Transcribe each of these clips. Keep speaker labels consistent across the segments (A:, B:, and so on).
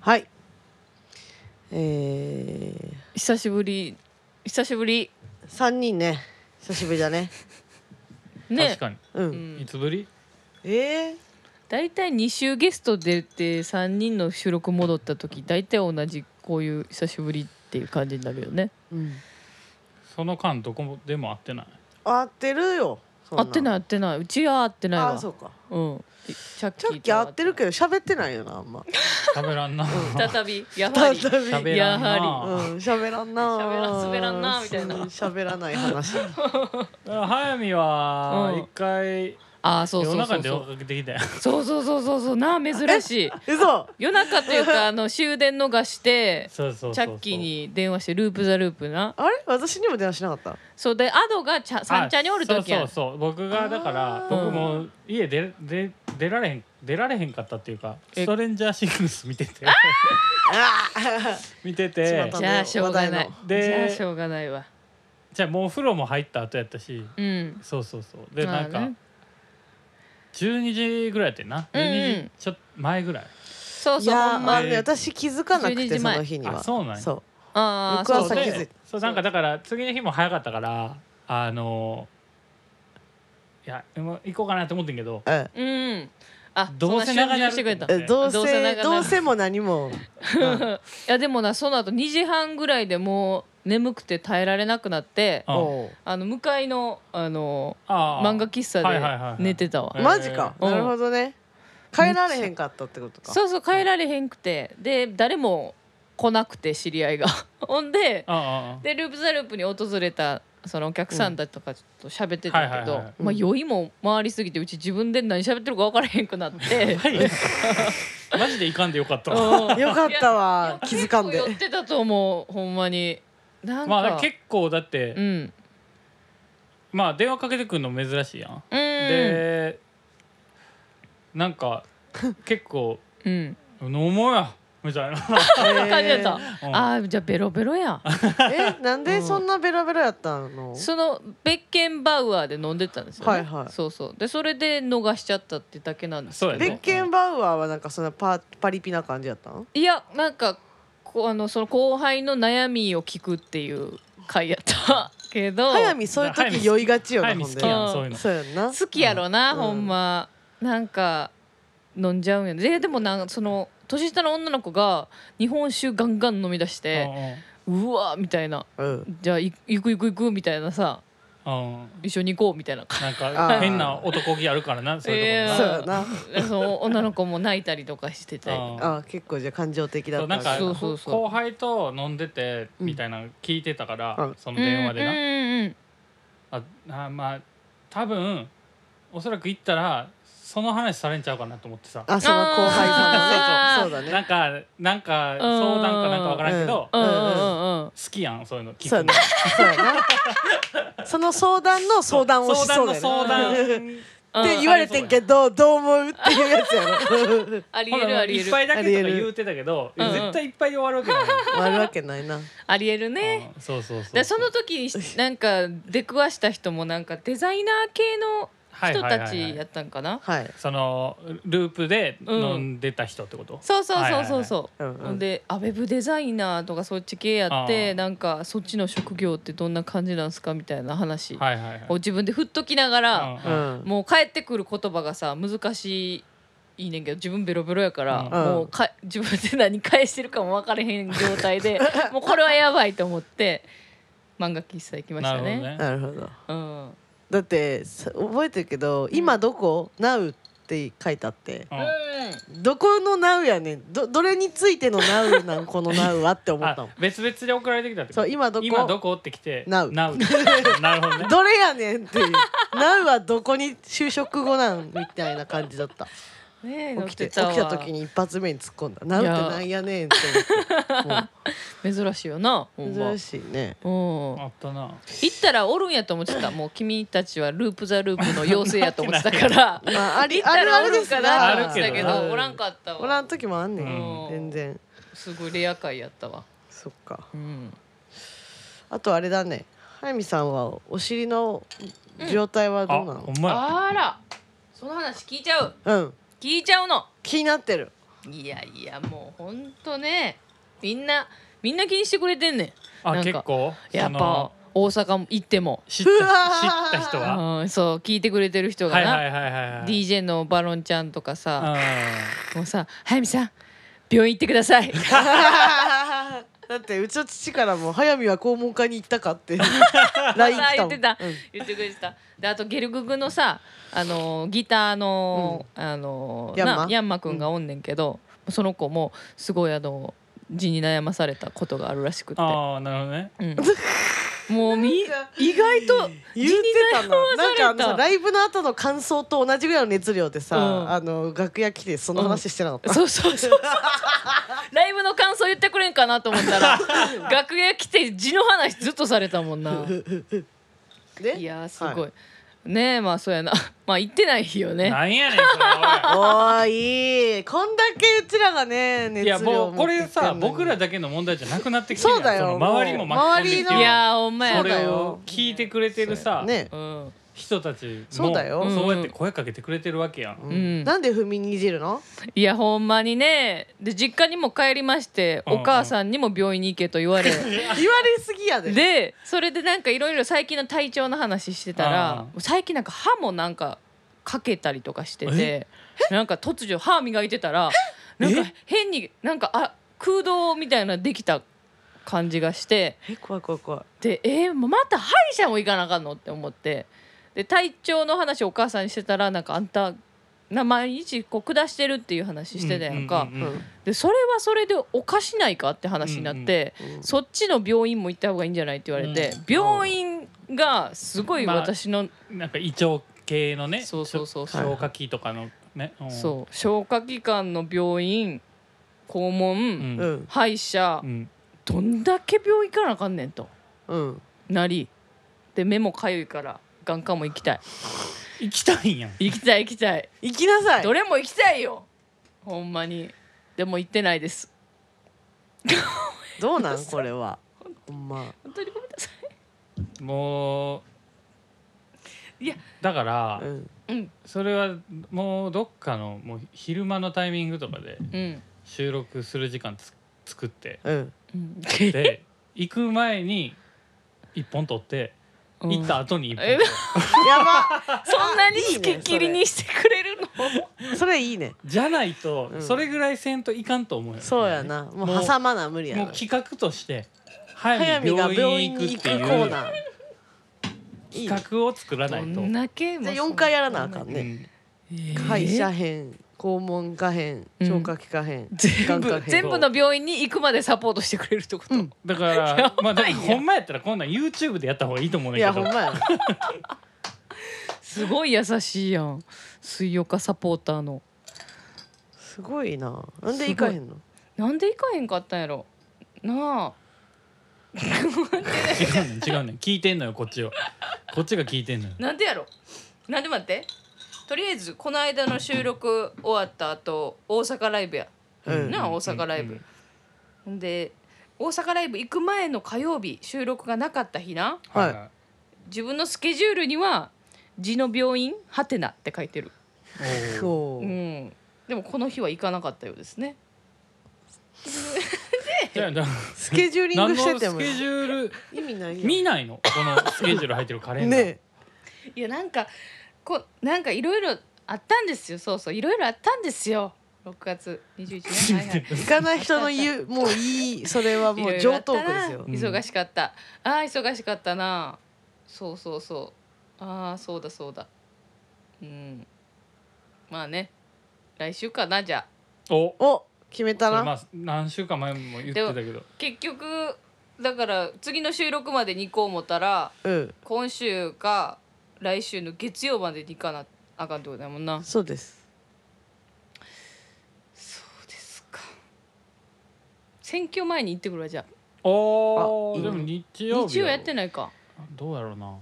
A: はい。えー、
B: 久しぶり久しぶり
A: 三人ね。久しぶりだ ね。
B: ね
C: 確かに、
A: う。
B: うんん
C: いつぶり
A: えー、
B: 大体2週ゲスト出て3人の収録戻った時大体同じこういう久しぶりっていう感じになるよね
A: うん。
C: その間どこでも会っ てない
A: 合ってるよ。
B: 合ってない
A: い。
B: 合ってないうちは合ってないわ
A: あ、そうか。
B: うんチャッ
A: チ
B: キーと
A: ャッキー合ってるけど喋ってないよなあんま。
C: 喋らんな
B: 再びやは り
A: 再び
C: 喋ら
B: や
C: ん
B: はり
C: な
A: うん、喋らんな。
B: 喋らん滑らんなみたいな
A: うん 喋らない話。
C: だから早見は
B: うん
C: 一回
B: ああそうそ
C: 夜
B: うそ
C: 中
B: う
C: に
B: そ
C: 電話
B: う
C: かけてきたよ
B: そうそうそうそうそうなあ珍しい
A: 嘘。
B: 夜中というかあの終電逃して
C: そうそうそうそう
B: チャッキーに電話してループザループな
A: あれ私にも電話しなかった。
B: そうでアドがちゃ三茶におる時や
C: あ
B: ん
C: そうそうそう僕がだから
A: あー
C: 僕も家出出出られへん出られへんかったっていうか
B: え
C: ストレンジャーシングス見てて
A: あ
C: 見て
A: 巷
C: て
A: の
B: じゃあしょうがな
A: 話
B: い
C: 題の
B: じゃあ
C: で
B: しょうがないわ
C: じゃあもうお風呂も入った後やったし
B: うん
C: そうそうそうで
B: まあ
C: な
B: ね
C: んか12時ぐらいやってんな
B: うん
C: 12
B: うん
C: 時ちょっと前ぐらい
B: そう
A: い
B: そう
A: や
B: ほ
A: ー
B: ん
A: ま
B: ま
A: あね私気づかなく
B: 12
A: て
B: 時
A: そ
B: 前
A: の日には。
C: あそうなんや
A: そう。
B: ああ
A: 翌
B: そう
A: 朝
B: そう
A: 気
C: で
A: づいた
C: そうなんかだから次の日も早かったからあのいやもう行こうかなと思ってんけど
A: うん。
B: うんあ
C: どうせ長
B: そんな
C: な
B: 集中してくれ
C: る
B: た
C: と
A: え
B: い
C: 思って
A: どう
B: どうせな
A: せ
B: かな
A: どうせも何 も。うん
B: やでもなその後2時半ぐらいでもう眠くて耐えられなくなって
C: あ
A: おう
B: あの向かいのあの
C: ああ
B: 漫画喫
C: はいはいはいは
B: 茶
C: い
B: で寝てたわ
C: えー
A: マジか。
B: うん
A: なるほどね。帰られへんかったってことか。
B: そうそう帰られへんくてで誰も来なくて知り合いが ほんで
C: あああ
B: でループザループに訪れたそのお客さんだとかちょっと喋ってた
C: はい
B: け
C: はいは
B: ど
C: いはい
B: まあ
A: うん
B: 酔いも回りすぎてうち自分で何喋ってるか分からへんくなって
C: あはいマジで行かんでよ かったわ
B: う ん
A: よかったわ。気づかん
B: 結
A: で
B: 構。酔ってたと思うほんまになんか,、
C: まあだから結構だって、
B: うん
C: まあ電話かけてくるの珍しいやん、
B: うん
C: でなんか結構
B: うん
C: 「飲もうや」みたいな、
B: 感じやった、
C: うん
B: あーじゃあベロベロやん
A: えなんでそんなベロベロやったの？
B: そのベッケンバウアーで飲んでたんですよ、ね、
A: はいはい
B: そうそうでそれで逃しちゃったってだけなんですけど
C: そうや
A: ベッケンバウアーはなんかそんなパパリピな感じやったの？
B: いやなんかこうあのその後輩の悩みを聞くっていう回やったけど
A: 早見そういう
C: 早見
A: 時
C: 好き
A: 酔いがちよ
C: 早
A: な
C: 見
A: ほ
C: 好
A: ん
C: きや
A: で。
B: うん
C: んそういうの
A: そうやんな。
B: 好きやろな、
A: うん
B: ほんまなんか飲んじゃうんやねででもなんかその年下の女の子が日本酒ガンガン飲み出し
C: うん
B: て、うわみたいな
A: うん。
B: じゃあい行く行く行くみたいなさ
C: うんうん
B: 一緒に行こうみたいな
C: なん
A: あ
C: か
A: ー
C: 変な男気あるからなそうい
B: ん
C: うとこ
A: そうやな。
B: その女の子も泣いたりとかしてて
C: な、うん
A: あ結構じゃあ感情的だ
C: そ
A: っ
C: うなん
A: た
C: か
B: そうそうそう
C: 後輩と飲んでて
A: うん
C: みたいなの聞いてたから、
A: うん
C: その電話でな、
B: な
C: ああまあ多分おそらく行ったらその話されんちゃうかなと思ってさ
A: あその後輩
B: あー
A: さんのねそうだ
C: なん
A: ね
C: かなんか相談かなんかわからんけど、
B: うんうん
A: うん
B: うんうん
C: 好きやんそういうの聞
A: そうや
C: く
A: な
C: の
A: そうやなその相談の相談をしそうだよ
C: 相談の
A: ね
C: 相談
A: って言われてんけどどう思うっていうやつやろ
B: あり
C: ほ
B: え
C: ら
B: るありえ
C: いっ
B: る
C: ぱいだけとか言うてたけど、
B: うんうん
C: 絶対いっぱいで終わるわけない
A: あるわけないな
B: ありえるね、
C: うんそうそうそう
B: でその時に しなんか出くわした人もなんかデザイナー系の
C: はい
B: 人
C: はい
B: た
C: はいはい
B: ちやったんかな、
A: はい
C: そのループで飲んでた人ってこと、
B: そうそうそうそうそう、
A: はいはいはいうんうん
B: ほんであウェブデザイナーとかそっち系やって
C: あー
B: なんかそっちの職業ってどんな感じなんすかみたいな話
C: はいはいはい
B: を自分で振っときながら、
A: う
C: うん
A: ん
B: もう帰ってくる言葉がさ難しい。いいねんけど自分ベロベロやから、
C: うん
B: もうか自分で何返してるかも分からへん状態 でもうこれはやばいと思って漫画喫茶行きまし
C: な
B: た
C: るほど
B: ね。
C: ね
A: なるほど
B: うん
A: だってさ覚えてるけど「今どこ ?Now」って書いてあって
C: うん
A: どこの Now やねんどどれについての Now なんこの Now はって思った
C: あ
A: もん
C: 別々で送られてきたってこと
A: そう今どこ
C: 今どこって来 て
A: Now
C: なるほどね
A: どれやねんっていう「Now はどこに就職後なん?」みたいな感じだった
B: ねえ
A: 起きて
B: 乗っ
A: 起
B: てたわ
A: きた時に一発目に突っ込んだ「Now ってなんやねん」って思って
B: 珍しいよなほ
A: もうん
B: ま
A: 珍しいね
B: うん
C: あったな
B: 行ったらおるんやと思ってたもう君たちはループ・ザ・ループの妖精やと思ってたから
A: まああり
B: 行っ
A: あ
B: た
A: るある
B: らおる
A: で
B: ん
A: す
B: か
A: な
B: な
C: あ
B: と
C: る
B: 思っ
C: け
B: て
C: ど
B: たけど
A: うん
B: おらんかった
A: おら
B: わ
A: ん時もあんねん、
B: う
A: 全
B: ん
A: 然
B: すごいレア回やったわ
A: そっか
B: うん
A: あとあれだね早見さんはお尻の状態はど
C: あ
A: うなの
C: ほんまや
B: あらその話聞いちゃう
A: うん、
B: 聞いちゃうの
A: 気になってる
B: いやいやもうほんとねみんなみんな気にしてくれてんね
C: あ
B: なんか
C: 結構
B: んやっ
C: その
B: ぱ大阪も行っても、
C: 知っ
A: うわ
C: た
A: ー
C: 知った人は
B: うん、そう聞いてくれてる人が
C: はい
B: な、
C: はいはいはいはい
B: DJ のバロンちゃんとかさ、
C: う
B: もうさ「早見さん病院行ってくだ さい」
A: だってうちの父からも「早見は肛門科に行ったか?」って LINE 来たもん
B: 言ってた
A: うん
B: 言ってくれてたであとゲルググのさあのギターの、あの
A: ヤンマ
B: なヤンマくんがおんねんけど、その子もすごいあの字に悩まされたことがあるらしくて
C: ん、ああなるほどね
B: うん、もう
A: な
B: み
A: んか
B: 意外と
A: 言ってたのなんかあの
B: れた
A: さライブの後の感想と同じぐらいの熱量でさ、
B: うん
A: あの楽屋来てその話してなかった、
B: そうそうそうそうライブの感想言ってくれんかなと思ったら 楽屋来て字の話ずっとされたもんな
A: で
B: いやーすごい、
A: は
B: ねえまあそうやな まあ言ってないよね
C: なんやねんそれ
A: おーいいこんだけうちらがね
C: おい
A: 熱
C: いや
A: 量を
C: も
A: 持っ
C: うこ
A: てきて
C: れ
A: んの
C: さ
A: に
C: 僕らだけの問題じゃなくなってきてるや
A: そ
C: ん
A: うだよ
C: の周りも巻き込んでき
A: もう周り
C: て
A: の
B: い
C: るやん
B: やーお前
A: そ
B: や
A: う
B: な
A: だ
C: れ
A: よ
C: を聞いてくれてるさ、
A: ね
B: うん
C: 人たちも
A: そうだよ
C: そうやって声かけてくれてるわけやん、
A: う
B: うん
A: ん、なんで踏みにじるの
B: いやほんまにねで実家にも帰りまして、
C: うんうん
B: お母さんにも病院に行けと言 われ
A: 言われすぎやで
B: でそれでなんかいろいろ最近の体調の話してた
C: うんう
B: ら
C: ん
B: 最近なんか歯もなんかかけたりとかしててなんか突如歯磨いてたらなんか変になんかあ空洞みたいなのできた感じがして
A: え怖い怖い怖い
B: でえー、また歯医者も行かなあかんのって思ってで体調の話をお母さんにしてたらなんかあんたな毎日こう下してるっていう話してたやんか。
C: ううう
A: うん
B: でそれはそれでおかしないかって話になって、
A: うん
B: そっちの病院も行った方がいいんじゃないって言われて、
C: うん
B: 病院がすごい
C: まあ
B: 私の、
C: なんか胃腸系のね
B: そうそうそう
A: そう
C: 消化器とかのね、うん
B: そう消化器官の病院肛門、
C: うん
A: うん
B: 歯医者、
C: うん
B: どんだけ病院行かなあかんねんと
A: うん
B: なりで目もかゆいから眼科も行きたい
C: 行きたいんやん
B: 行きたい行きたい、
A: 行きなさい
B: どれも行きたいよほんまにでも行ってないです
A: どうなんこれはほんま
B: 本当にごめんなさ
C: もう
B: いや
C: だから、
A: うん
B: いうん
C: それはもうどっかのもう昼間のタイミングとかで
B: うん
C: 収録する時間つ作って
A: うん
B: うん
C: で行く前に一本取って
B: うん
C: 行った後に一本
B: え
C: 取る
A: やば
B: そんなに
A: あいい
B: つ
A: ね
B: きっきりにしてくれるの
A: それいいね
C: じゃないと
A: うん
C: それぐらいせんといかんと思うよ、
A: そうやなも
C: もう
A: う挟まな無理や
C: もう
A: な
C: 企画として
A: 早
C: 早見
A: 見が
C: 病
A: 病
C: 院
A: 院
C: に
A: に
C: 行く
A: 行
C: っ
A: く
C: て
A: コ
C: いう
A: ーナーいいね
C: 企画を作らないと、
B: どんだけ
A: じゃあ4回やらなあかん
C: う
A: ね
C: ん
A: 歯医者編肛門科編
B: うん
A: 消化器科編
B: 全
A: 眼科
B: 部
A: 編
B: 全部の病院に行くまでサポートしてくれるってこと、
C: だから まあだからほんまやったらこんなん YouTube でやった方がいいと思うね
A: い
C: んだ
A: や
C: け
A: ほん
C: ど
A: まや
B: すごい優しいやん水曜化サポーターの
A: すごいななんで行かへんの
B: なんで行かへんかったんやろなあ
C: 違うねん違うねん聞いてんのよこっちをこっちが聞いてんのよ
B: なんでやろなんで待ってとりあえずこの間の収録終わった後大阪ライブや
A: うん
B: なあ大阪ライブ、で大阪ライブ行く前の火曜日収録がなかった日な
A: はい
C: は
B: 自分のスケジュールには「地の病院はてな」って書いてる
C: いおー
A: そううん
B: でもこの日は行かなかったようですね
C: じゃあだから
A: スケジューリン
C: 何
A: グ
C: の
A: し
C: ス
A: てても
C: ケジュール
A: 意味ないや
C: 見ないのこのスケジュール入ってるカレ
A: ん
C: ンダー、
A: ね
B: いやなんかこなんかいろいろあったんですよそうそういろいろあったんですよ6月21日、 ねはいはい、
A: え行かない人の言うもういいそれはもう
B: いろいろあ
A: 上
B: っ
A: 等
B: た
A: 句
B: な
A: ですよ
C: うん
B: 忙しかった、あー忙しかったなそうそうそうああそうだそうだうんまあね来週かなじゃあ
C: お
A: お決めた
C: それま
A: な
C: あ何週間前も言ってたけど
B: 結局だから次の収録までに行こう思ったら
A: うん
B: 今週か来週の月曜までに行かなあかんってことだもんな
A: そうです
B: そうですか選挙前に行ってくるわじゃあ
C: お
A: あ
C: お
A: いい
C: で
A: ね
C: も日曜日
B: 日曜やってないか
C: どうやろうな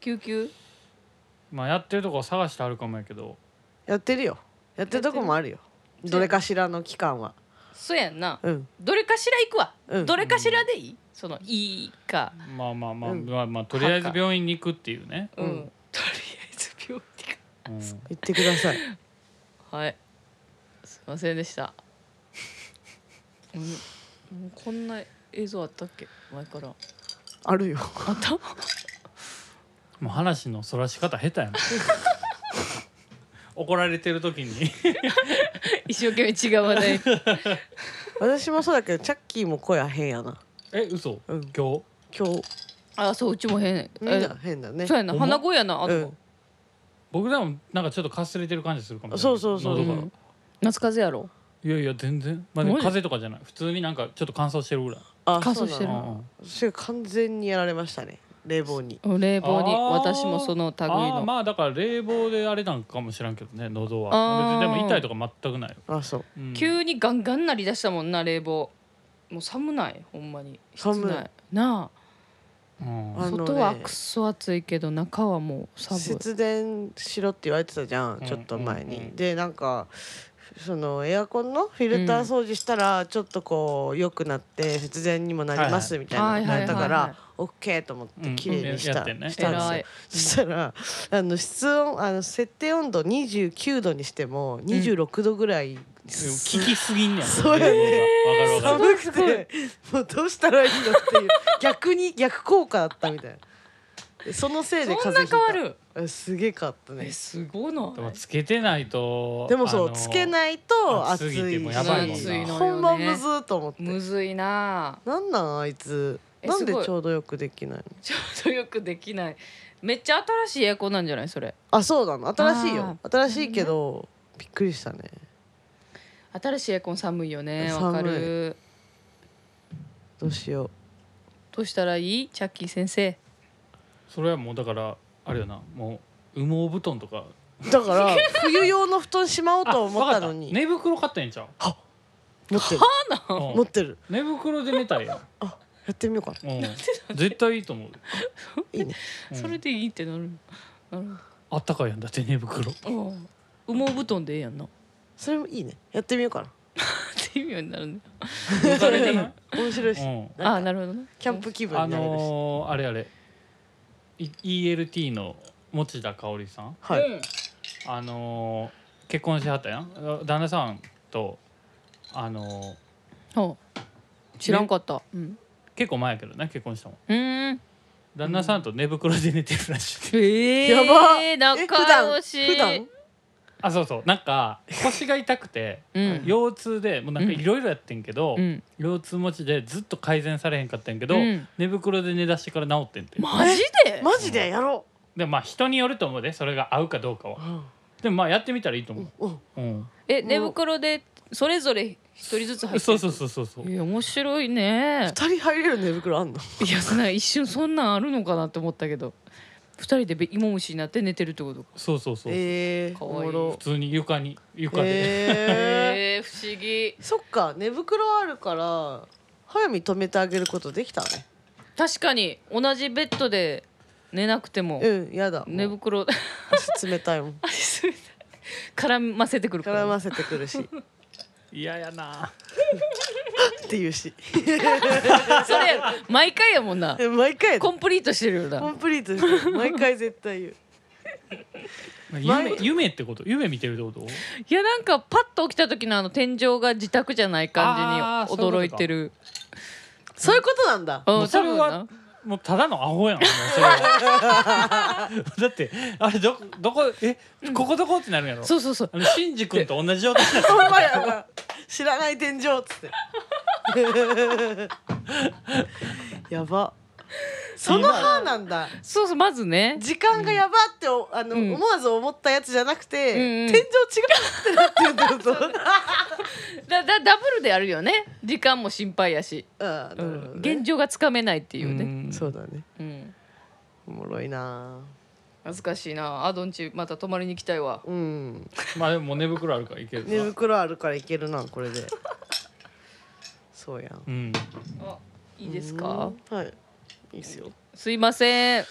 B: 救急
C: まあやってるとこ探してあるかもやけど
A: やってるよやってるとこもあるよ
B: る
A: どれかしらの期間は
B: そうやんな
A: うん
B: どれかしら行くわ、
A: うん
B: どれかしらでいいそのいいか
C: まあまあまあ、
A: うん
C: まあまあとりあえず病院に行くっていうね、
B: うん、
A: うん
B: とりあえず病気
C: うん
A: 行ってください
B: かはいすいませんでした うんもうこんな映像あったっけ前から
A: あるよ
B: あった
C: もう話のそらし方下手や な怒られてる時に
B: 一生懸命違う話 題
A: 私もそうだけどチャッキーも声は変やな
C: え嘘
A: うん
C: 今日
A: 今日
B: あそううちも変
A: みんな変だね
B: そうやな
C: ほんま
B: 鼻声やなあ
A: う
B: と、
A: ん
C: 僕でもなんかちょっとかすれてる感じするかもしれ
A: そ
C: な
A: う
C: い
A: そうそう
B: う
C: 喉が
B: ん夏風邪やろ
C: いやいや全然まあでも
B: マジ
C: 風邪とかじゃない普通になんかちょっと乾燥してるぐらい
A: あ
B: 乾
A: そう
B: 燥
A: な
B: してる
A: の
C: うんうん
A: それ完全にやられましたね冷房に
B: 冷房に
C: あー
B: 私もその類
C: あー
B: の
C: まあだから冷房であれなんかもしらんけどね喉
B: あ
C: は
B: ー
C: 別にでも痛いとか全くないよ、
A: あそう
C: うん
B: 急にガンガンなりだしたもんな冷房もう寒ないほんまに
A: 寒い
B: 室内な
C: うん
B: あ
A: あのね
B: 外はくそ暑いけど中はもう寒い
A: 節電しろって言われてたじゃん、
C: うん
A: ちょっと前に、
C: うんうん
A: でなんかそのエアコンのフィルター掃除したらちょっとこう良くなって節電にもなりますみたいなのが
B: はいはい
A: 言われたか
B: はいはい
A: ら OK と思って
C: うん
A: 綺麗にし
C: や
A: た,、
C: ってんね
A: したんですよ
B: 偉い
A: そしたらあの室温あの設定温度29度にしても26度ぐらい、す
C: 聞きすぎんねや
A: そうやね
C: 冷房がわかるわかる
A: 寒くて もうどうしたらいいのっていう逆に逆効果だったみたいなでそのせいで
B: そん
A: 風
B: な
A: 邪
B: 変
A: ひ
B: わ
A: い
B: る
A: たうんすげかったね
B: えすごいな
C: でもつけてないと
A: でもそ
C: あ
A: う
C: の
A: つけないと暑
C: 暑すぎて
A: い
C: も
A: し
C: やばいもん
B: 暑いの
C: な
B: よ
A: 本番むずーと思って
B: むずいな
A: なんなんあいつ
B: え
A: なんです
B: ごい
A: ちょうどよくできないの
B: ちょっとよくできないめっちゃ新しいエアコンなんじゃないそれ
A: あそうなの新しいよ
B: あ
A: 新しいけどびっくりしたね
B: 新しいエアコン寒いよね
A: 寒い
B: わかる
A: どうしよ
B: どうしたらいいチャッキー先生
C: それはもうだからあれよなもう羽毛布団とか
A: うだから冬用の布団しまおうと思ったのに
C: あわかった寝袋買ったんちゃう
A: 持ってる
C: うん
A: 持ってる
C: 寝袋で寝たいやん
A: やってみようかな
C: うん絶対いいと思う
A: いいね
C: うん
B: それでいいってなるなる
C: あったかいやんだって寝袋
B: うん羽毛布団でええやんなっ
A: それもいいねやってみようか
B: ていうようになるね
C: それでいい
A: な面白いし
C: うん
B: あ
A: なん
B: あ
A: か
B: なるほどね
A: キャンプ気分
C: あ
A: になれるし
C: のーあれあれい ELT の持田香織さん
A: はいう
C: あのー結婚しはったやん旦那さんとあの
B: んはあ知らんかったうん
C: ー結構前やけどね結婚したもん
B: うーん
C: 旦那さんと寝袋で寝てるらしい、
B: ええ
A: やばえ普
B: 仲
A: 段
B: 良し
A: 普段
C: あそうそうなんか腰が痛くて
B: うん
C: 腰痛でもうなんかいろいろやってんけど、
B: うん
C: 腰痛持ちでずっと改善されへんかったんやけど、
B: うん
C: 寝袋で寝だしてから治ってんて、
B: マジで
A: マジでやろ
C: でもまあ人によると思うでそれが合うかどうか
A: う
C: はでもまあやってみたらいいと思
A: うん
C: う、うん、
B: え寝袋でそれぞれ一人ずつ入ってる
C: そうそうそうそうそう
B: いや面白いね
A: 二人入れる寝袋あんの
B: いやそんな一瞬そんなんあるのかなって思ったけど二人でべ芋虫になって寝てるってことか
C: そうそうそう、
A: ええ
B: か
A: お
B: わいい
A: もろ
C: 普通に床に床で、
A: ええ
B: えー、不思議
A: そっか寝袋あるから早見止めてあげることできたね
B: 確かに同じベッドで寝なくても
A: うんやだ
B: 寝袋
A: 足冷たいもん
B: 足冷たい絡ませてくるから
A: 絡ませてくるしっ
C: 嫌やな
A: ていうし
B: それ毎回やもんな
A: 毎回やで
B: コンプリートしてる
A: コ
B: よな
A: ンプリートしてる毎回絶対言う
C: 夢夢ってこと夢見てるってこと
B: いやなんかパッと起きた時のあの天井が自宅じゃない感
C: あー
B: じ
C: そう
B: に
C: い
B: 驚
C: うことか
B: いてる
A: そういうことなんだ
C: も
B: うん
C: うそれはもうただのアホやんもうそれはだってあれどどこえここどこってなるんやろ
B: そうそうそう
C: あのシンジ君と同じ状態になって
A: ほんまやな知らない天井っ つってやばその歯なんだ
B: そうそうまずね
A: 時間がやばっておあの、
B: うん
A: 思わず思ったやつじゃなくて、
B: うんうん
A: 天井違うってなってるっ てこと
B: だだダブルであるよね時間も心配やし、
A: あ
B: う
A: ーなるほ
B: ん
A: どね
B: 現状がつかめないっていうね、
C: ん
A: そうだね
B: うん、
A: おもろいな
B: 懐かしいなアドンチまた泊まりに行きたいわ
A: うん
C: まあでももう寝袋あるからいける
A: 寝
C: な
A: 袋あるからいけるなこれ でそうやん
C: うん
B: あいいですか
A: うんはいいいっすよ
B: すいません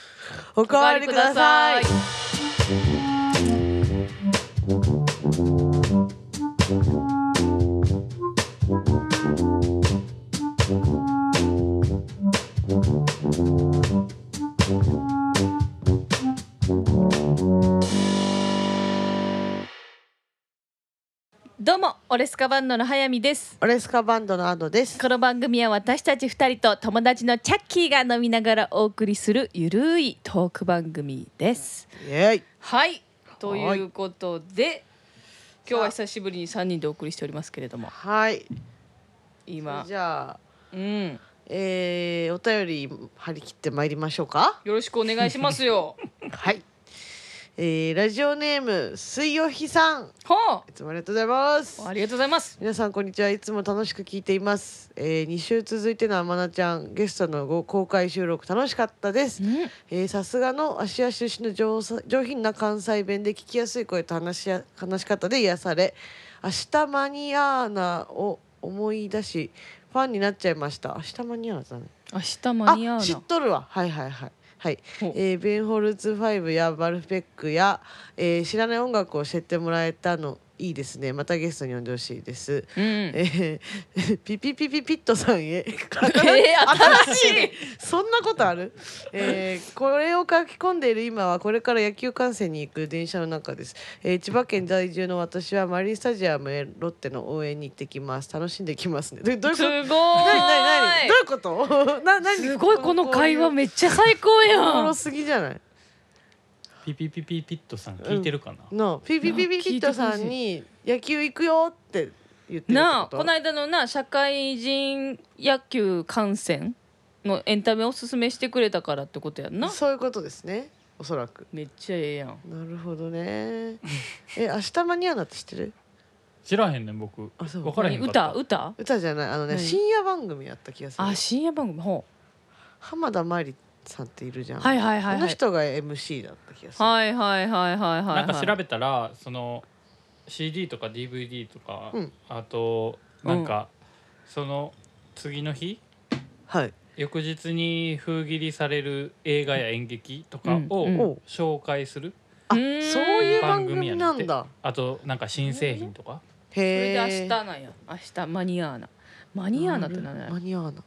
A: おかわりください
B: どうもオレスカバンドの早見です
A: オレスカバンドのアドです
B: この番組は私たち二人と友達のチャッキーが飲みながらお送りするゆるいトーク番組です
A: イエーイ
B: はいということで今日は久しぶりに三人でお送りしておりますけれども
A: はい
B: 今
A: じゃあ
B: うん
A: えー、お便り張り切ってまいりましょうか
B: よろしくお願いします よ
A: はい、えー、ラジオネーム水曜日さん
B: はい
A: つもありがとうございます
B: あありがとうございます
A: 皆さんこんにちはいつも楽しく聞いています、えー、2週続いてのあまなちゃんゲストのご公開収録楽しかったですえーさすがの芦屋出身の上さ上品な関西弁で聞きやすい声と話しや話し方で癒され「明日マニアーナ」を思い出しファンになっちゃいました明日マニアーナだね
B: 明日間に合う
A: あ知っ
B: な
A: とるわはいはいはいはい
B: お
A: えーベンホルツ5やバルフペックや、えー知らない音楽を教えてもらえたのいいですねまたゲストに呼んでほしいです、
B: うん、え
A: えー ピピピピピットさん へ
B: ー、新しい
A: そんなことある、えーこれを書き込んでいる今はこれから野球観戦に行く電車の中です、えー千葉県在住の私はマリンスタジアムへロッテの応援に行ってきます楽しんできますねどどういうこと
B: すご
A: 何何何ど
B: ーい
A: ういうこと な何
B: すごいこの会話
A: め
B: めっちゃ最高
A: おも
B: や
A: ろ
B: ん
A: すぎじゃない
C: ピピピピピットさん聞いてるかな、
A: のピピピピピットさんに野球行くよって言ってるって
B: なあ
A: こと
B: この間のな社会人野球観戦のエンタメおすすめしてくれたからってことやんな
A: そういうことですねおそらく
B: めっちゃええやん
A: なるほどねえ明日間に合うなって知ってる
C: 知らへんねん僕
A: あそう
C: 分からへんかった
B: 歌歌
A: 歌じゃないあのね、
B: 何
A: 深夜番組やった気がする
B: あ深夜番組ほ
A: 浜田真理さんっているじゃ、
B: うんはいはいはい
A: あの
B: はい
A: 人が MC だった気がする、
B: はいはいはいはいはい
C: なんか調
B: べ
C: べたらその CD とか DVD とか、
A: うん
C: あとなんか、その次の日
A: はい
C: 翌日に封切りされる映画や演劇とかを
B: うん
A: うん
C: 紹介する、
A: あ
B: う
A: そう
B: ーん
A: いう番組なん
C: 番組や
A: だ
C: あとなんか新製品とか、
B: それ
A: へ
B: で明
A: え
B: 日なんや明日マニアーナマニアーナって何
A: マ
B: や
A: ニアーナ、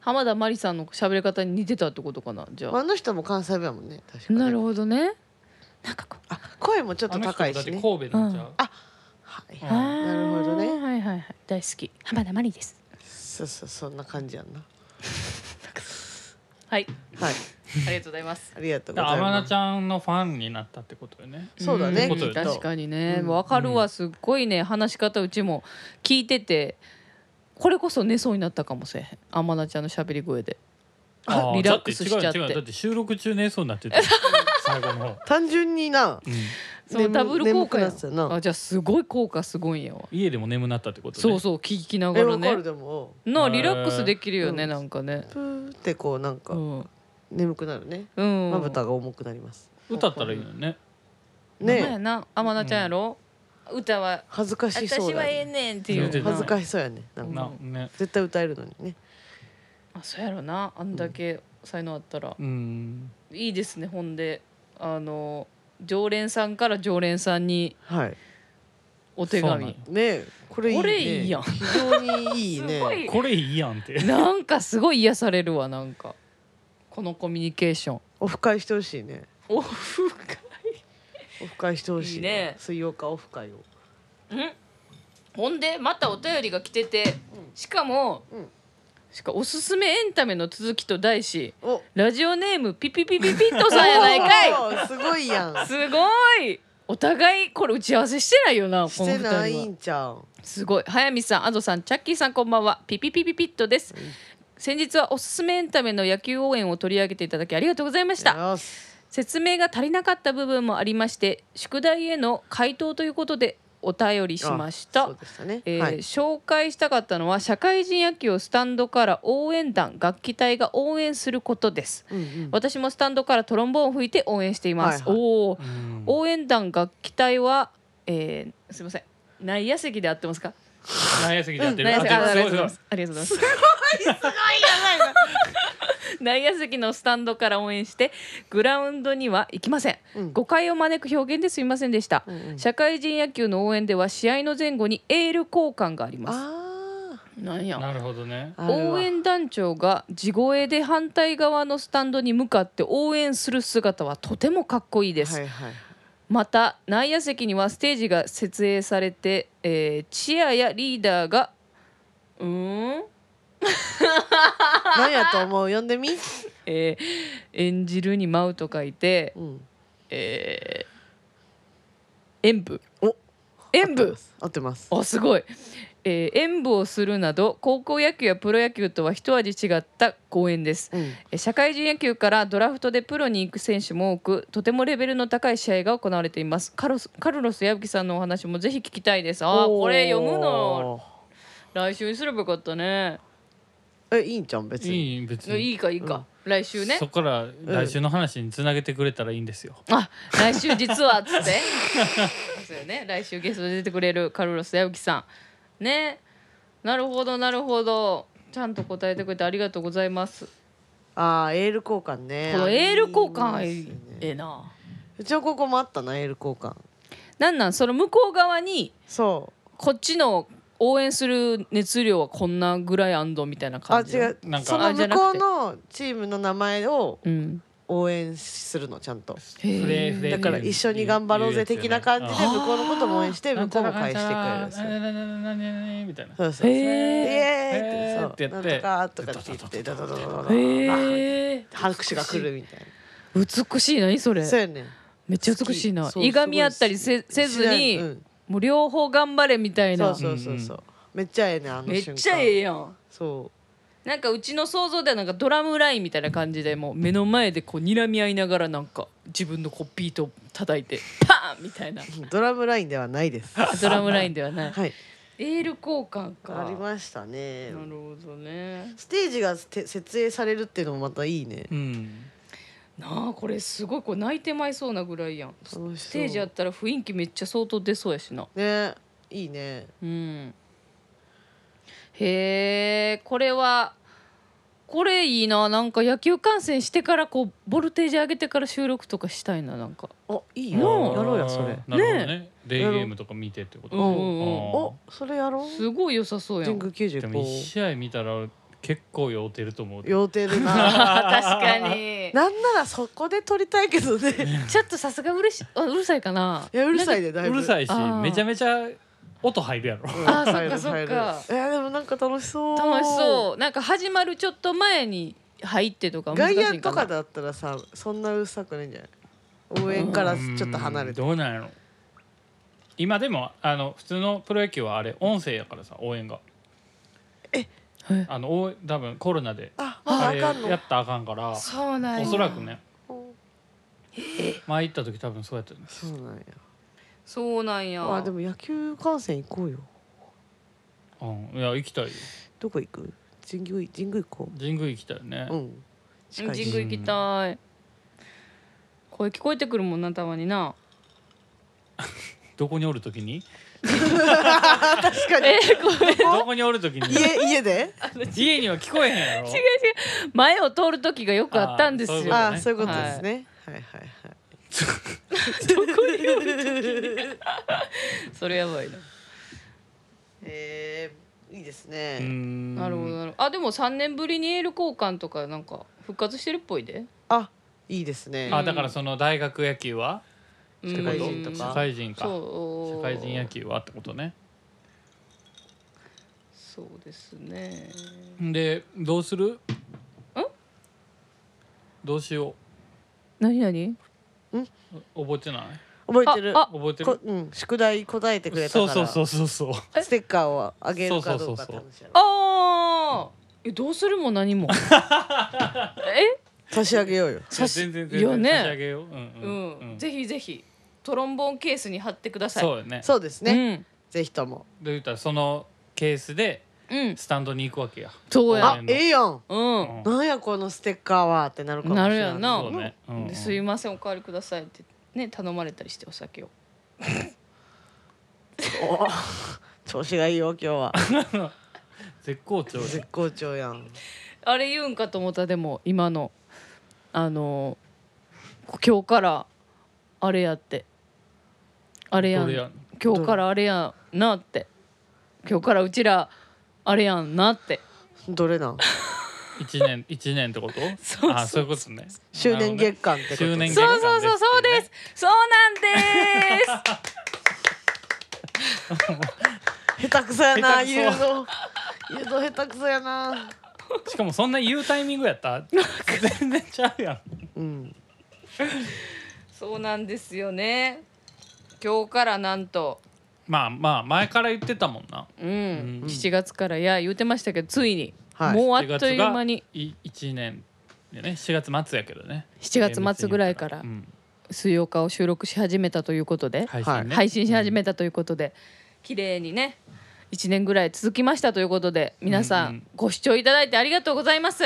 B: 浜田真理さんの喋り方に似てたってことかなじゃ
A: まあ、あ
B: あ
A: の人も関西弁やもんね確かね
B: なるほどねなんかこう
A: あ声もちょっ
C: あ
A: と
C: の
A: 高
C: 人
A: い
C: だって
A: しね
C: 神戸なんちゃう、
A: あはい
C: うん
B: あー
A: なるほどね
B: はいはいはい大好き浜田真理です
A: そうそうそんな感じやんな
B: はい
A: はい
B: ありがとうございます。
A: ありがとうご
C: だ
A: ざ
C: か
A: い
C: ら天菜
A: ます
C: ちゃんのファンになったってことよね
A: そうだね
B: ん
C: きっと
B: 確かにね、
A: うん
B: わかる
C: う
B: わ、
C: ん
B: すっごいね、話し方うちも聞いてて。これこそ寝そうになったかもしれへん。天菜ちゃんの喋り声で。
C: あー
B: リラックスしちゃって
C: だ違う違うだって収録中寝そうになってた最後の方、
A: 単純にな
C: うん
B: その
A: 眠
B: ダブル効
A: 眠く
B: 果
A: な
B: や
A: ってたよな
B: あ、じゃあ、すごい効果すごいんやわ。
C: 家でも眠なったってことね
B: そうそう、聞きなが
A: え
B: ら
A: わか
B: ね
A: る。でも
B: なあ、リラックスできるよ
A: う
B: ね、
A: ん
B: なんかね。
A: プーってこうなん
B: う
A: か
B: ん。
A: 眠くなるね
B: うん。
A: まぶたが重くなります
C: 歌ったらいいのにね
B: ほんまや
A: ねえ
B: な、天菜ちゃんやろ。歌は。
A: 恥ずかし
B: 私
A: そう
B: は
A: だ
B: ええ
A: ね
B: ねんっていう
C: 言うて
B: な。
C: た
A: 恥ずかしそうやねなんか
C: なね
A: 絶対歌えるのにね
B: あ、そうやろな、あんだけ才能あったら。
C: うん
B: いいですねほんであの常連さんから常連さんに
A: はい
B: お手
C: そうなん
B: 紙
A: ね
C: や
A: えこれいいね
B: これいいやん
A: 非常にいい
B: すごい
A: ね
C: これいいやんって
B: なんかすごい癒されるわなんかこのコミュニケーション
A: オフ会してほしいね
B: オフ会
A: オフ会してほしい
B: いいね
A: 水曜かオフ会を
B: ほんでまたお便りが来ててしかも、
A: うん
B: しかおすすめエンタメの続きと題し
A: お
B: ラジオネームピピピピピッとさんやない かい
A: いすごいやん
B: すごいお互いこれ打ち合わせしてないよな
A: し
B: この
A: て
B: 二人は
A: ないんちゃう
B: すごい早見さんアドさんチャッキーさんこんばんはピピピピピッとです先日はおすすめエンタメの野球応援を取り上げていただきありがとうございました
A: よし
B: 説明が足りなかった部分もありまして宿題への回答ということでお便りしまし
A: あ
B: た
A: そうでしたね
B: えー
A: はい
B: 紹介したかったのは社会人野球をスタンドから応援団楽器隊が応援することです
A: うんうん
B: 私もスタンドからトロンボーンを吹いて応援しています、
A: はいはい
B: おー
C: うん
B: 応援団楽器隊は、えー、すみません内野席で合ってますか
C: 内野席でやってる
B: 内野席ああ
C: あ
B: りがとう
C: でも
B: ございますす。ありがとうございます。内野席のスタンドから応援してグラウンドには行きません、
A: うん
B: 誤解を招く表現ですみませんでした、
A: うんうん
B: 社会人野球の応援では試合の前後にエール交換があります
A: あ
B: なんや
C: ごいなるほどね
A: ーあるわ
B: 応援団長が地声で反対側のスタンドに向かって応援する姿はとてもかっこいいです、
A: はいはい
B: また内野席にはステージが設営されて、えーチアやリーダーがうーん、
A: 何やと思う呼んでみ、
B: えー演じるに舞うと書いて、
A: うん、
B: えー演舞
A: お
B: 演舞
A: 合ってます
B: あすごい、えー演舞をするなど高校野球やプロ野球とは一味違った公演です
A: うん
B: えー社会人野球からドラフトでプロに行く選手も多くとてもレベルの高い試合が行われていますカロスカルロス矢吹さんのお話もぜひ聞きたいですあーこれ読むの来週にすればよかったね
A: えいいんじゃん別に
C: いい別に
B: いいかいいか、来週ね
C: そこから来週の話につなげてくれたらいいんですよ、
B: あ来週実はっつってそうよね来週ゲストで出てくれるカルロス矢吹さんねなるほどなるほどちゃんと答えてくれてありがとうございます
A: あーエール交換ね
B: このエール交
A: あ
B: 換
A: ります
B: え
A: ね
B: えな
A: うちの高校もあったなエール交換
B: なんなんその向こう側に
A: そう
B: こっちの応援する熱量はこんなぐらいあんどみたいな
A: あ
B: 感じ
A: 違
B: な
A: う
C: なんか
A: その
B: あじゃ
A: 向
B: なくて
A: こうのチームの名前を
B: うん
A: 応援するのちゃんと
C: フレフレ
A: だから一緒に頑張ろうぜ的な感じで
B: うん
A: 向こうのことも応援して
C: な
A: 向
C: んち
A: こう
C: ゃ
A: も
C: ら
A: 返してくれるんですよ
C: なんちゃらなんちゃらなんちゃらなんちゃらなんちゃらみたいな
A: そうそうそうイ
B: へー
A: エーイって
C: へー
A: そ
C: っ
A: う
C: てやって
A: なんとかとかって言ってダダダダダダ
B: へえ
A: 拍手が来るみたい
B: 美しいなにそれ
A: なそうやねん
B: めっちゃ美しいな
A: 好き
B: いがみ合ったりせせずに、
A: うん
B: もう両方頑張れみたい
A: そ
B: な
A: うそうそうそうめっちゃええねんあの
B: め
A: 瞬間
B: っちゃええやん
A: そ
B: なんかうちの想像ではなんかドラムラインみたいな感じでもう目の前でこう睨み合いながらなんか自分のコピーと叩いてパーンみたいな
A: うドラムラインではないですは
B: ドラムラインではない
A: い
B: エール交換か
A: ありましたね
B: なるほどね
A: ステージがて設営されるっていうのもまたいいね
C: うん
B: なあこれすごいこれ泣いてまいそうなぐらいやんス
A: 楽しそう
B: テージあったら雰囲気めっちゃ相当出そうやしな
A: ねいいね
B: うんへえこれはこれいいななんか野球観戦してからこうボルテージ上げてから収録とかしたいななんか
A: あいい
B: うん
A: よやろうやそれ
C: なるほどねデーゲームとか見てってこと
B: うんうんうん
A: おそれやろう
B: すごい良さそうや
A: 神
B: ん
A: 宮九十
C: でも1試合見たら結構酔うてると思う
A: 予定で な
B: 確か に
A: なんならそこで撮りたいけどね
B: ちょっとさすがうるしあうるさいかない
A: やうるさ
B: い
A: いでだいぶ
C: うるさいし
B: あー
C: めちゃめちゃ音入るやろ
A: うん
B: あー
A: 入る
B: そっか
A: 入る
B: そっか
A: えーでもなんか楽しそう
B: 楽しそうなんか始まるちょっと前に入ってとか難し
A: 外
B: いかな
A: 野とかだったらさそんなうるさくないんじゃない応援からちょっと離れて
C: うんどうなんやろ今でもあの普通のプロ野球はあれ音声やからさ応援が
B: え
C: あの応援多分コロナで
A: あまだ
C: あ
A: あ
C: れ
A: かんの
C: やったらあかんから
B: そうなんや
C: おそらくね
A: うん
C: 前行った時多分そうやったよね
A: そうなんや
B: そうなんや
A: あでも野球観戦行こうよ
C: うんいや行きたいよ
A: どこ行く神宮神宮行こ
C: 神宮行きたいよね
A: ううん
B: う
A: 近
B: ん
A: い
B: 神
A: し
B: 宮行きたい声聞こえてくるもんなたまにな
C: どこにおる時に
A: 確かに
C: どこにおる時に
A: 家家で
C: 家には聞こえへんやろ
B: 前を通る時がよくあったんですよ
C: あーそういうこと
A: あそう
C: ね
A: いうことですねはいはいはい
B: それやばいな
A: えーいいですね
C: うん
B: なるほどなるほどあでも3年ぶりにエール交換とかなんか復活してるっぽいで
A: あいいですね
C: あだからその大学野球は
B: うん
A: 社会人とか
C: 社会人か
B: そう
C: 社会人野球はってことね
B: そうですね
C: でどうするどうしよ
B: 何何
C: う覚えてない
A: 覚えてる
B: あ
C: 覚えて
A: こ
C: る
A: うん宿題答えてくれた
C: そ
A: か
C: う
A: ら
C: そうそうそうそう
A: ステッカーをあげるかどうか
C: そうそうそうそう
A: 楽しいやろ
B: ああえどうするも何 もえ
A: 差し上げようよ
B: 差し
C: 全然全
B: いや
C: 然
B: ね
C: 差し上げようう
B: う
C: んうんうん
B: んぜひぜひトロンボーンケースに貼ってください
C: そうよね
A: そうですね
B: ね
A: ぜひとも
C: で言ったらそのケースで
B: うんうん
C: スタンドに行くわけや
B: そうや
A: あ
C: 応援の
A: ええやん
B: う
C: うんん
A: なんやこのステッカーはってなるかもしれ
B: なるや
A: ん
B: んな
C: そうねうんうん
B: ですいませんおかわりくださいってね頼まれたりしてお酒を
A: お調子がいいよ今日は
C: 絶好調
A: 絶好調やん
B: あれ言うんかと思ったでも今のあの今日からあれやってあれや
C: ど
B: ん
C: れやん
B: 今日からあれやんなって今日からうちらあれやんなって
A: どれなん
C: 一年一年ってこと
B: そうそう
C: あそういうことね
A: 周年
C: なる
A: 月間ってこと
C: 周年
B: そうそうそうそうそうです、そうなんです
A: 下手くそやな
C: 下手くそ
A: 誘導誘導下手くそやな
C: しかもそんな言うタイミングやった全然ちゃうやん
A: うん
B: そうなんです よね今日からなんと
C: まあまあ前から言ってたもんな
B: うん、
C: うん
B: 7月からいや言うてましたけどついに、
A: はい
B: もうあ
C: 7
B: っという間に
C: 1年でね7月末やけどね
B: 7月末ぐらいから
C: うん
B: 水曜日を収録し始めたということで、
C: 配信ね
B: 配信し始めたということで、綺麗にね1年ぐらい続きましたということで皆さ
C: うんうんん
B: ご視聴いただいてありがとうございます、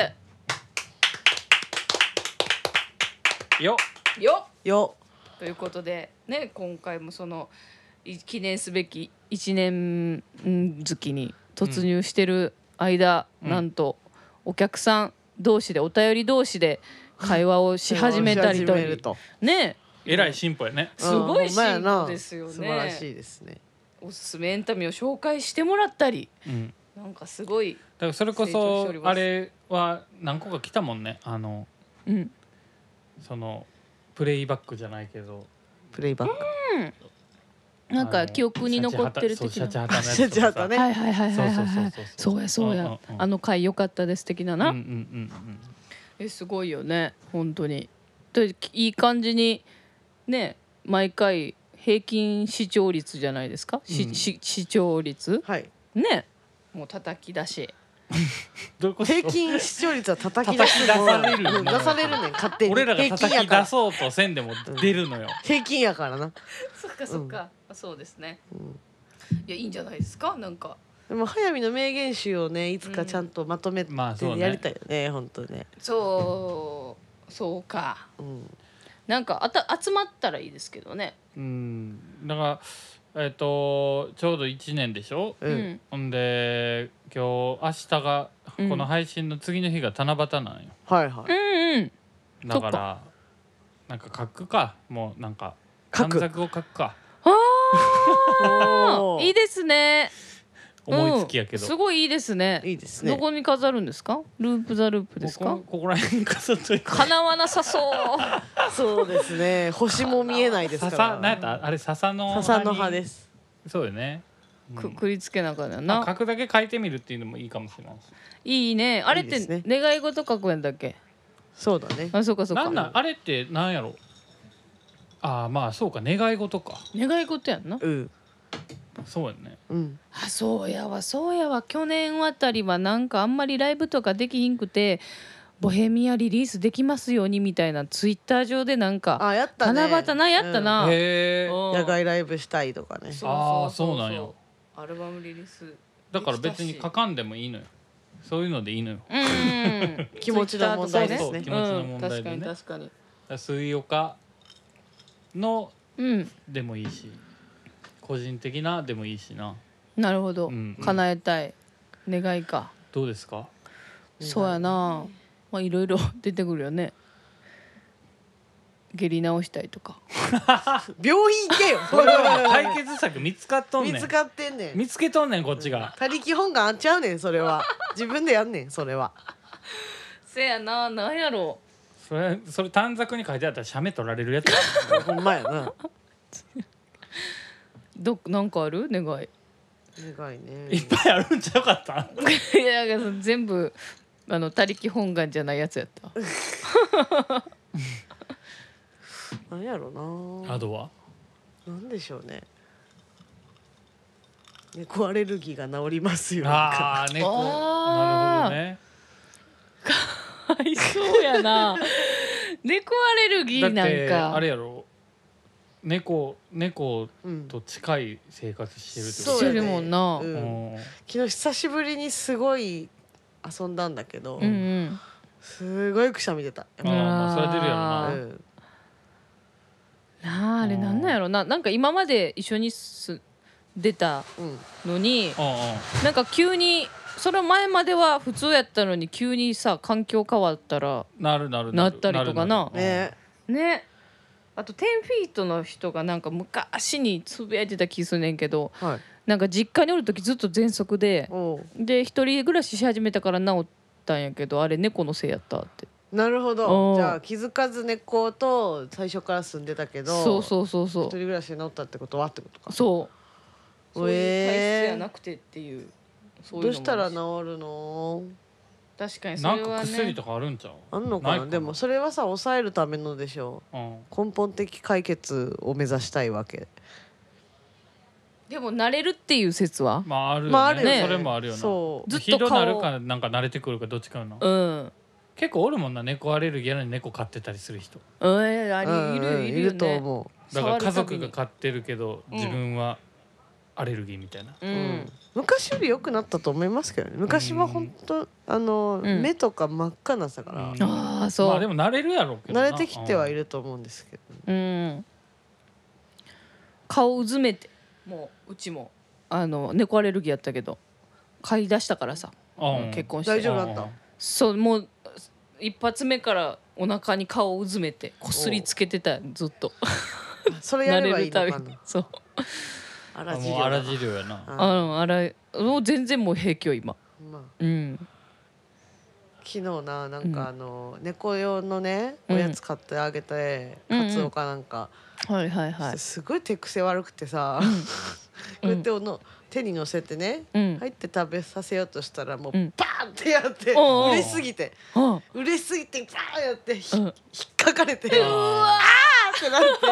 C: よ
B: よっ
A: よ
B: ということでね今回もそのい記念すべき1年ん月に突入してる間、
C: うん
B: なんとお客さん同士でお便り同士で会話をし始めたりと
A: 始めると
B: ね
C: えらい進歩やね
B: すご
A: う
B: い
A: んほ
B: 進
A: んまやな
B: 歩ですよね、
A: 素晴らしいですね
B: おすすめエンタメを紹介してもらったり
C: うん
B: なんかすごい、
C: だからそれこ
B: 成長して
C: そ
B: おります
C: あれは何個か来たもんねあの
B: うん、
C: そのプレイバックじゃないけど
A: プレイバック
B: なん
C: あ
B: か
C: の
B: 記憶に残ってる的
C: シャチ
B: な。
C: ハタそうシャチハタのやつとかさ
A: ね
B: はいはいはいはいはいはい
C: そうそうそうそ
B: そう
C: う
B: やそうや
C: うんうんうん
B: あの回良かったです的なな、
C: うんうんうん
B: えすごいよね本当にでいい感じにね毎回平均視聴率じゃないですか、
C: う
B: し
C: ん
B: し視聴率
A: はい
B: ねもう叩き出し
C: どういうこと
A: 平均視聴率は叩き出す
C: 叩き出される
A: うん出されるねん勝手に
C: 俺らが
A: 平均
C: 叩
A: や
C: き
A: か
C: 出
A: ら
C: そうとせんでも出るのよ
A: 平均やからな、
B: そっか
A: そっか、
B: そうですね
A: うん
B: いやいいんじゃないですかなんか
A: でも早見の名言集をねいつかちゃんとまとめて
C: うんまあそうね
A: やりたいよね、本当ね、
B: そう そうか
A: うん、
B: なんかあた集まったらいいですけどね
C: うんだからえっとちょうど1年でしょ
A: うん
C: ほんで今日明日が
B: うん
C: この配信の次の日が七夕なんよ
A: はいは
B: う
A: い
B: んうん
C: だからなんか書くかもうなんか
A: 書く
C: 短冊を書くか
B: あ
A: お
B: あ
A: ー
B: いいですね
C: 思いつきやけ
B: う
C: ど
B: んすごいいいですね
A: いいです
B: ど
A: ね
B: こに飾るんですかループザループですか
C: ここここら辺に飾っといて
B: 叶わなさそう
A: そうですね星も見えないですから
C: 笹なんやったあれ笹の葉に
A: 笹の葉です
C: そうよね、うん
B: くくりつけなあかんねん
C: まあ
B: な
C: 書くだけ書いてみるっていうのもいいかもしれないし
B: いいねあれっ
A: いいで
B: て
A: す
B: 願い事書くやんだっけ
A: そうだね
B: あそうかそう
C: なんなん
B: か
C: あれってなんやろああまあそうか願い事か
B: 願い事やんな
A: うん
C: そうやね
A: うん
B: あそうやわそうやわ去年あたりはなんかあんまりライブとかできひんくて「ボヘミアリリースできますように」みたいなツイッター上でなんか
A: あやったね
B: 七夕なやったな、
C: へえ
B: うん
A: 野外ライブしたいとかね
B: そう
C: あー
B: そう
C: そうなんや
B: アルバムリリース
C: だから別に書かんでもいいのよそういうのでいいのよだか
B: うん
A: 気持ちの問題です
C: そう
A: ね
C: 気持ちの問題でね
B: うん、確かに確かに
C: ら水岡の
B: うん
C: でもいいし個人的なでもいいしな
B: なるほど、
C: うんうん
B: 叶えたい願いか、
C: どうですか
A: 願い
B: そうやなまあいろいろ出てくるよね下痢直したいとか
A: 病院行け よ
C: これは解決策見つかっとんね ん
A: 見つかってんねん
C: 見つけとんねんこっちが
A: 他力本願あっちゃうねんそれは自分でやんねんそれは
B: せやななんやろう
C: それそれ短冊に書いてあったら写メ取られるやつ
A: ほんまやな
B: どなんかある願い
A: 願いね
C: いっぱいあるんちゃうかった
B: いやなんかその全部あの他力本願じゃないやつやった。
A: なんやろな
C: あとは
A: なんでしょうね猫アレルギーが治りますようにか
C: ああ猫な
B: あー
C: るほどね
B: かわいそうやな。 猫アレルギ
C: だ
B: ー
C: っ
B: なん
C: て
B: か。
C: あれやろ猫猫
A: うん
C: と近い生活してるってこ
A: そ
C: と
A: う
B: して
A: やね
B: るもんな。
A: う
B: うんん
C: うん
A: 昨日久しぶりにすごい遊んだんだけど、
B: うん。
A: すごいくしゃみ出たやっ
C: あー
A: ぱ
C: まあそれは出るやろ
A: う
C: な
B: うん
A: ん
B: なああれなんなんやろな。なんか今まで一緒にす出た
A: うん
B: のに、
C: うんうん
B: なんか急にその前までは普通やったのに急にさ環境変わったら
C: なるなる
B: なったりとかな
C: るる
A: ね
B: ね。あと10フィートの人がなんか昔につぶやいてた気すんねんけど
A: はい
B: なんか実家におる時ずっと喘息で
A: おう
B: で一人暮らしし始めたから治ったんやけどあれ猫のせいやったって
A: なるほ
B: お
A: ど
B: ー
A: じゃあ気づかず根っこと最初から住んでたけど
B: そうそうそうそ
A: 一人
B: う
A: 暮らしになったってことはってことか
B: そうそういう体質
A: え
B: や
A: ー
B: なくてっていうそうい
A: ど
B: うのもある
A: うしたら治るの
B: 確かにそ
C: な
B: れ
C: んか
B: は
C: 薬
B: ね
C: とかあるんちゃう
A: あんのか
C: な
A: ない
C: かな
A: でもそれはさ抑えるためのでしょ
C: うん
A: う根本的解決を目指したいわけ
B: でも慣れるっていう説は
C: まああるよね,、
A: まああるよね
C: それもあるよな
A: そう
B: ずっと
C: ひどなる
B: 顔
C: かなんか慣れてくるかどっちかよな、
B: うん
C: 結構おるもんな猫アレルギーやのに猫飼ってたりする人
B: うんいやあれい
A: うんうん
B: るいるよね
A: と思
C: だか
B: 触
C: ら家
B: るたび
C: 族
B: に
C: が飼ってるけど
B: うん
C: 自分はアレルギーみたいな、
B: う
A: う、
B: ん
A: 昔より良くなったと思いますけどね昔は本当あの、
B: うん
A: 目とか真っ赤なさから、
C: うん
B: ああそう、
C: まあでも慣れるやろうけどな
A: 慣れてきてはい
C: る、
A: ると思うんですけど、
B: うん顔うずめてもううちもあの猫アレルギーやったけど飼い出したからさ、
C: うん
B: 結婚して
A: 大丈夫だった、
C: うん
B: そうもう一発目からお腹に顔をうずめてこすりつけてたずっと
A: それや
B: 慣
A: れば
B: れ
A: いい
B: る
A: の
B: たび
A: か
B: に
A: な
B: そう
A: あ
C: あ
A: ら
C: もう荒治療やな
B: あのあらもう全然もう平気よ今
A: まあ、
B: うん
A: 昨日ななん
B: うん
A: かあの、猫用のねお
B: うん
A: やつ買ってあげて、
B: うんうん
A: カツオかなんか、
B: はいはいはい
A: すごい手癖悪くてさ、こうやっておの手に乗せてね、
B: うん、
A: 入って食べさせようとしたらもう
B: うん
A: バーンってやって、
B: おうおう
A: 嬉しすぎて
B: あ
A: 嬉しすぎてバーンやってひ、
B: うん
A: 引っかかれて
C: う
A: あ
C: わ
A: ーってなってこ
B: え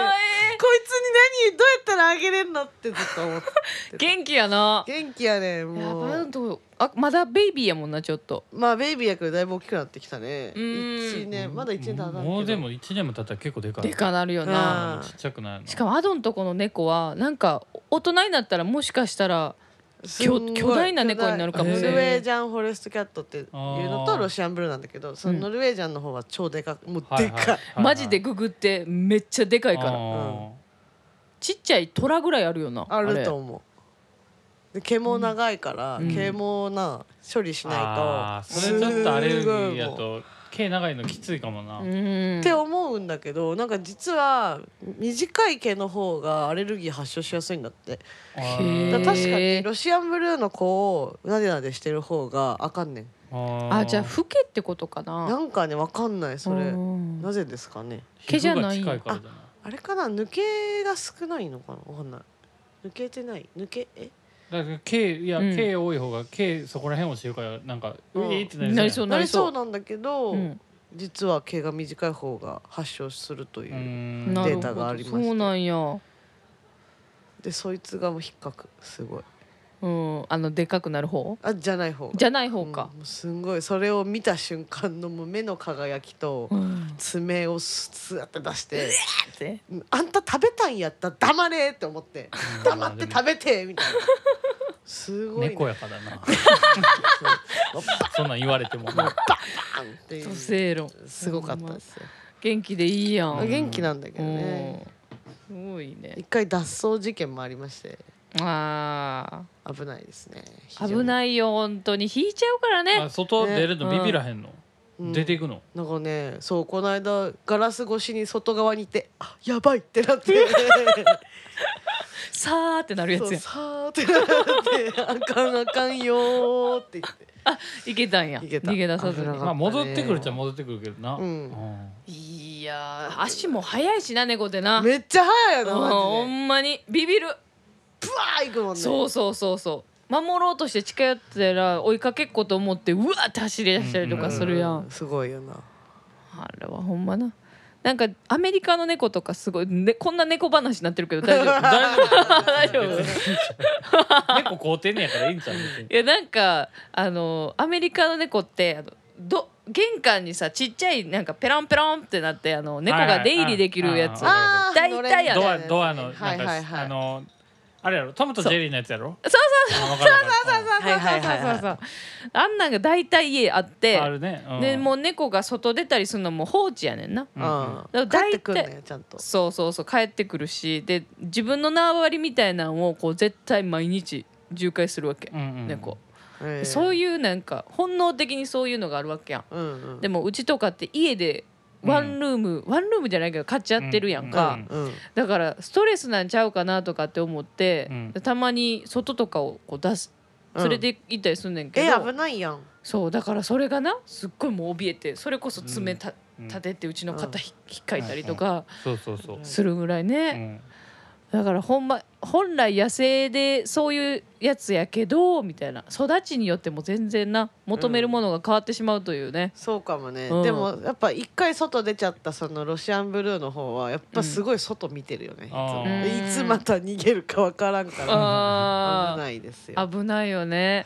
A: いつに何どうやったらあげれるのってずっと 思って
B: ー元気やな
A: 元気やね
B: いや
A: も
B: バウン
A: う
B: ドあまだベイビーやもんなちょっと
A: まあベイビーやけどだいぶ大きくなってきたね
B: うん
A: 一年まだ1年経たないけど
C: もうでも一年も経ったら結構でかい
B: でかなるよ
A: うん
B: な
C: うんちっちゃくないの
B: しかもアドンとこの猫はなんか大人になったらもしかしたら
A: すんごい
B: 巨巨大な猫になる
C: かもしれない
A: ノルウェージャンフォレストキャットっていうの
C: あ
A: と
C: ー
A: ロシアンブルーなんだけどその
B: うん
A: ノルウェージャンの方は超でかくもう
C: はい
A: で
C: はい
A: かい、
B: マジでググってめっちゃでかいから
C: あ
B: ちっちゃい虎ぐらいあるよな
A: あると
B: れ
A: 思うで毛も長いから、
B: うん
A: 毛もな処理し
C: ー
A: な
C: あ
A: い
C: ー
A: と
C: それちょっとアレルギーや
A: すごいもう
C: と毛長いのきついかもな、
B: うん
A: って思うんだけどなんか実は短い毛の方がアレルギー発症しやすいんだって
C: あ
B: へ
A: だ
B: ー
A: から確かにロシアンブルーの子をなでなでしてる方があかんねん
C: ー
B: あじゃあ老けってことかな
A: なんかねわかんないそれ
B: うん
A: なぜですかね
B: 毛じゃない
C: 皮膚が近いからじゃない
A: あれかな抜けが少ないのかなわかんない抜けてない抜けえ
C: だから毛いや、
B: うん
C: 毛多い方が毛そこら辺落ちてるからなんかう
A: うん
C: えーって
B: なりそう
C: う
A: な
B: な
A: り
B: り
A: そ
B: そうう
A: なんだけど、
B: うん
A: 実は毛が短い方が発症するというう、
C: ーん
B: なる
A: データ
B: ほ
A: があ
B: ど
A: りま
B: そ
A: して
B: うなんや
A: でそいつがもう引っかくすごい
B: うんあのでかくなる方
A: あじゃない方が
B: じゃ
A: な
B: ない方か
A: もうすんごいそれを見た瞬間のもう目の輝きと
B: うん
A: 爪をスーッて出して
B: って
A: 「あんた食べたんやったら黙れ!」って思って「黙って食べて!」みた いなすごい、ね、
C: 猫やからな
A: そう
C: そんなん言われて も
A: パンってい
B: 女
A: う
B: 性論
A: すごかったですよ
B: 元気でいいやん
C: うん
A: 元気なんだけどね
B: うんすごいね
A: 一回脱走事件もありまして
B: あ
A: 危ないですね
B: ー危
A: い、
B: ないよ本当に引いちゃうからね
C: あ外出るのビビらへんの、
A: うん
C: 出ていくの
A: なんかねそうこの間ガラス越しに外側にいてあやばいってなって
B: さーってなるや
A: そ
B: つ
A: う
B: や
A: さーってなってあかんあかんよーって言って
B: いけたんや
A: いけた
B: 逃げ出さず
A: 危なかった
B: に
C: まあ戻ってくるっちゃ戻ってくるけどな、
A: うん
B: いやー足も速いしな猫ってな
A: めっちゃ早い
B: うん
A: な
B: ほ
A: マジで
B: んまにビビる
A: プワー行くもんね
B: そうそうそうそう守ろうとして近寄ったら追いかけっこと思ってうわーって走り出したりとかするや
A: うんんすごいよな
B: あれはほんまななんかアメリカの猫とかすごい、ね、こんな猫話になってるけど大丈 夫
C: 大 丈夫
B: 大丈夫
C: 別に 猫飼うてんねやからいいんちゃう別に
B: いやなんかあのアメリカの猫ってあのど玄関にさちっちゃいなんかペロンペロンってなってあの猫が出入りできるやつ、
C: はいはい
A: あー
B: 大体や
A: 乗
C: ド
A: れるみたいな
C: ア
A: やつね
C: ドアのなんか、
A: はいはいはい
C: あのあれやろトムとジェリーのやつやろ
B: そう
C: そうそうそう
B: そうそうそうそうそ
C: そう
B: うそうあんなんが大体家あって
C: あるね、うん
B: でもう猫が外出たりするのも放置やねんな
C: うんうん
A: うん
B: だから
A: 帰
B: 大体
A: ってくんねちゃんと
B: そうそうそう帰ってくるしで自分の縄張りみたいなのをこう絶対毎日巡回するわけ、
C: うんうん
B: 猫、
A: う
B: そういうなんか本能的にそういうのがあるわけやん
A: うんうん
B: でもうちとかって家でワンルーム、ワンルームじゃないけど買っちゃってるやんか、
C: うん
A: うん
B: だからストレスなんちゃうかなとかって思って、
C: うん
B: たまに外とかをこう出す連れて行ったりすんねんけ
A: え
B: ど、
A: 危ないやん
B: そうだからそれがなすっごいもう怯えてそれこそ爪た、
C: うん
B: 立ててうちの肩ひ引っかいたりとか
C: そうそうそう。
B: するぐらいうね、
C: ん
B: だからほん、ま、本来野生でそういうやつやけどみたいな育ちによっても全然な求めるものが変わってしまうというね、
A: そうかもね、
B: うん
A: でもやっぱ一回外出ちゃったそのロシアンブルーの方はやっぱすごい外見てるよね、
C: あ
B: ー
A: いつもでいつまた逃げるかわからんから
B: あ
A: 危
B: ー
A: ないですよ
B: 危ないよね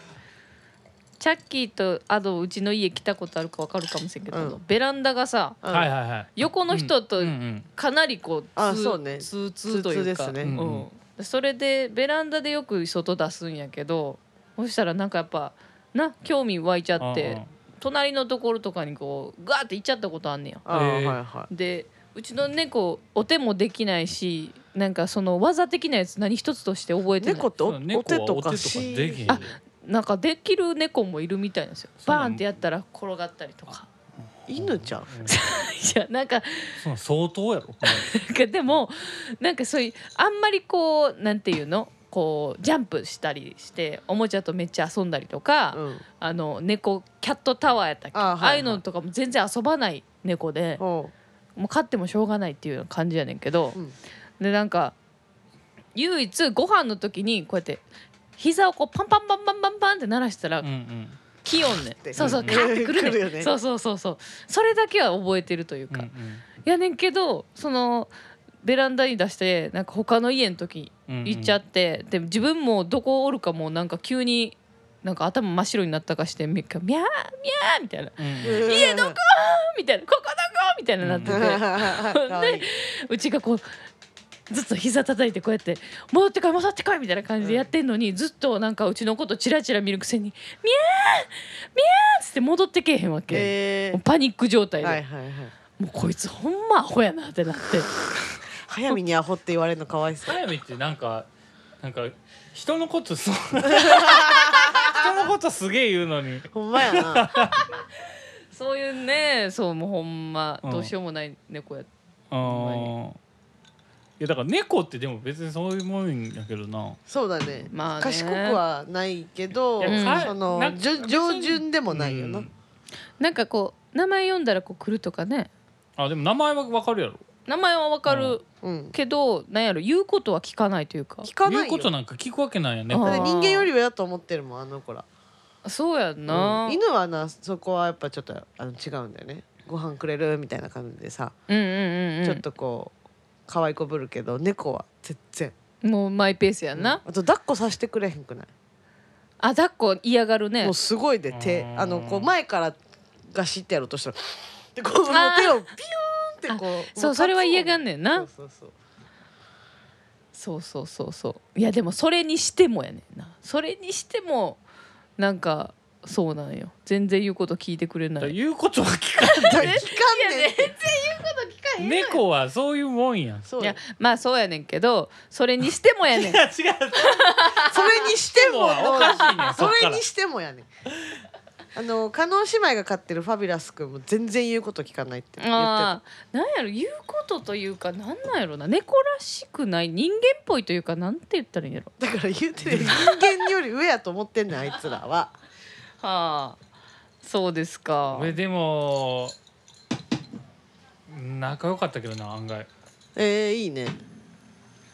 B: チャッキーとアドうちの家来たことあるかわかるかもしれんけど、
A: うん
B: ベランダがさ
A: うん
C: はいはいはい。
B: 横の人と
C: うんうん
B: かなりこう
A: あ
B: 通
A: そうね
B: 通通という
A: 通
B: か
A: 通ですね
B: うんそれでベランダでよく外出すんやけどそしたらなんかやっぱな興味湧いちゃっ
C: うんう
B: て
C: ん
B: 隣のところとかにこうガーって行っちゃったことあんねや。
A: あー
C: えー
A: はいはい
B: でうちの猫お手もできないしなんかその技的なやつ何一つとして覚えてない
A: 猫ってお
C: そう猫
A: お手
C: は
A: と
C: お手
A: か
C: とか
A: し
C: できへん。
B: あなんかできる猫もいるみたいなんですよ
C: そうな
B: バ
C: の
B: ーンってやったら転がったりとか
A: 犬ちゃん
B: いやなんか
C: その相当やろ。
B: なんかでもなんかそういうあんまりこうなんていうのこうジャンプしたりしておもちゃとめっちゃ遊んだりとか、
A: うん
B: あの猫キャットタワーやったっけ
A: あ
B: あ,、
A: はいはい
B: あいうのとかも全然遊ばない猫で
A: お
B: もう飼ってもしょうがないっていうような感じやねんけど、
A: うん
B: でなんか唯一ご飯の時にこうやって膝をこうパンパンパンパンパンパンって鳴らしたら
C: うんうん。
B: 気温ね
A: て
B: んそうそう
C: うん
B: カーってくるねん
A: 来るよね
B: そうそうそうそうそれだけは覚えてるという
C: うん
B: か、
C: うん
B: やねんけどそのベランダに出してなんか他の家の時
C: うんうん
B: 行っちゃって、で自分もどこおるかもうなんか急になんか頭真っ白になったかしてみミャーミャーみたいな
C: うんうん
A: 家どこ
B: みたいなここどこみたいななってて、
A: で
B: うちがこうずっと膝叩いてこうやって「戻ってこい戻ってこい」みたいな感じでやってんのに、ずっとなんかうちのことチラチラ見るくせに「ミャーミャー」っつって戻ってけえへんわけ、
A: え
B: もうパニック状態
A: ー
B: で、
A: はいはいはい
B: もうこいつほんまアホやなってなって。
A: 早見にアホって言われるのかわ いそう
C: 早見ってなんかなんか人のことそう人のことすげえ言うのに
A: ほんまやな
B: そういうね、そうもうほんま
C: うん
B: どうしようもない猫や。
C: うんいやだから猫ってでも別にそういうもんやけどな
A: そうだね
B: まあね
A: 賢くはないけど
C: いや
B: か
A: そ
C: な
A: の
C: んか
A: じゅ上旬でもないよ
C: う
A: なん
B: なんかこう名前読んだらこう来るとかね。
C: あでも名前はわかるやろ
B: 名前はわかる
A: うん
B: けど、なんやろ言うことは聞かないというか。
A: 聞かな
C: 言う
A: いよ
C: こと
A: だ
C: なんか聞くわけないよね
B: あー
A: って人間より上だと思ってるもんあの子ら
B: そうやんな。
A: うん犬はなそこはやっぱちょっとあの違うんだよねご飯くれるみたいな感じでさ、
B: うんうんうんうん。
A: ちょっとこう可愛いこぶるけど猫は全然
B: もうマイペースやんな。
A: あと抱っこさせてくれへんくない、
B: あ抱っこ嫌がるね
A: もう。すごいで手
C: うん
A: あのこう前からガシってやろうとしたらでこうもう
B: あー
A: 手をピューンってこう
B: そうそれは嫌がんねん
A: そ
B: な
A: う。そうそう
B: そうそうそうそう。いやでもそれにしてもやねんな。それにしてもなんかそうなんよ。全然言うこと聞いてくれな
C: だから
B: い。
C: 言うことは聞か
A: だ
C: な
A: から
C: い
A: 聞かんねんって
B: 聞かへんのよ
C: 猫はそういうも んやん
A: そう
B: い
A: よ
B: やまあそうやねんけどそれにしてもやねん
C: いや違う
A: それにしても
C: でもおかしいね ん
A: そ
C: そっから
A: れにしてもやねんあの加納姉妹が飼ってるファビュラス君も全然言うこと聞かないって言ってた
B: あーなんやろ言うことというかなんなんやろな猫らしくない人間っぽいというかなんて言ったらいいんやろ
A: だから言うてる人間より上やと思ってんねんあいつらは
B: はあそうですか
C: 俺でも仲良かったけどな案外
A: えー、いいね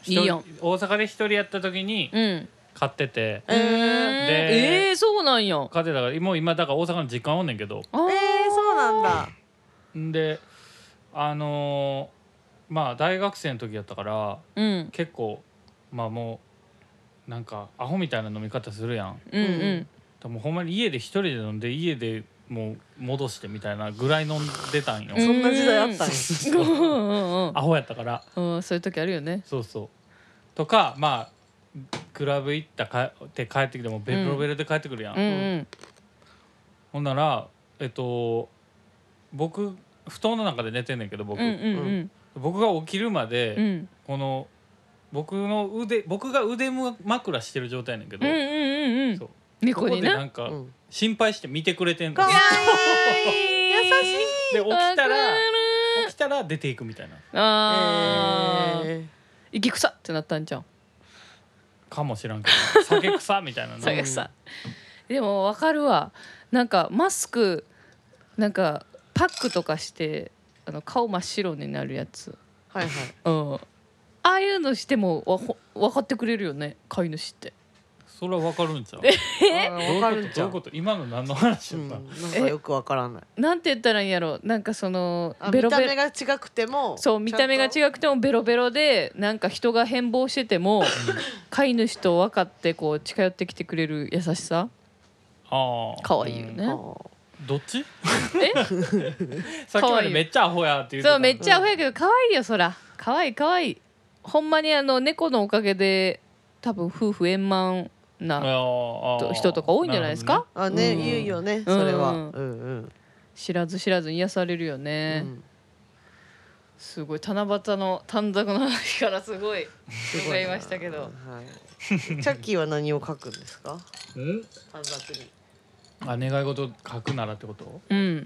B: いいやん
C: 一人大阪で一人やった時に
B: うん
C: 買ってて
A: えー
B: ええー、そうなんや
C: 買ってたからもう今だから大阪の実家おんねんけど
B: あー
A: えー、そうなんだ
C: んであのーまあ大学生の時やったから
B: うん
C: 結構まあもうなんかアホみたいな飲み方するやん
B: うんうん
C: でもほんまに家で一人で飲んで家でもう戻してみたいなぐらい飲んでたんよ、
B: うん
A: そんな時代あったんや
B: う
C: そ
B: ん
C: う
B: うん
C: アホやったから
B: うんうんそういう時あるよね
C: そうそうとかまあクラブ行ったかって帰ってきてもベロベロで帰ってくるやん、
B: うんうん
C: ほんならえっと僕布団の中で寝てんねんけど僕、
B: うんうんうん
C: 僕が起きるまで、
B: うん
C: この僕の腕僕が腕枕してる状態やねんけど、
B: うんうんうん
C: そうそ
B: 猫
C: こで
B: に
C: な
B: なん
C: か
A: うん
C: 心配して見てくれてんの
A: かわい
B: 優し
C: で起きたら
B: ら
C: 起きたら出ていくみたいな
B: あー
A: え
B: 息臭ってなったんじゃん
C: かもしらんけ ど酒臭みたいなの
B: そうやさでもわかるわなんかマスクなんかパックとかしてあの顔真っ白になるやつ、
A: はいはい
B: うん、ああいうのしてもわほ分かってくれるよね飼い主って
C: それはわかるんちゃう
A: あーわかるんち
C: ど
A: ゃ
C: ういう
A: う
C: ことどういうこと今の何の話
A: う
C: やっ
A: ん、
C: た、
A: なんかよくわからない
B: なんて言ったらいいんやろなんかその
A: あ
B: ベ
A: 見
B: ロ
A: た
B: ベ
A: 目
B: ロ
A: が違くても
B: そう見た目が
A: ちゃん
B: 違くてもベロベロでなんか人が変貌してても飼い主と分かってこう近寄ってきてくれる優しさ
C: ああ
B: 可愛いよね、
A: とあ
C: どっち
B: え
C: さっき
B: 可
C: ま
B: 愛いよ
C: でめっちゃアホやって言ってた
B: そうめっちゃアホやけど可愛いよそら可愛い可愛いほんまにあの猫のおかげで多分夫婦円満な
C: ああ
B: 人とか多いんじゃないですか、
A: ーあね、
B: うん
A: 言うよねそれは、
B: う
A: うんん、うん
B: 知らず知らずに癒されるよ
A: う
B: ね、
A: ん
B: すごい七夕の短冊の話からすごい
A: すご
B: 伺
A: ない
B: ましたけど
A: はい、チャッキーは何を書くんですか
C: なるほど
A: 短
C: ねん
A: 冊に
C: あ願い事書くならってこと
B: うん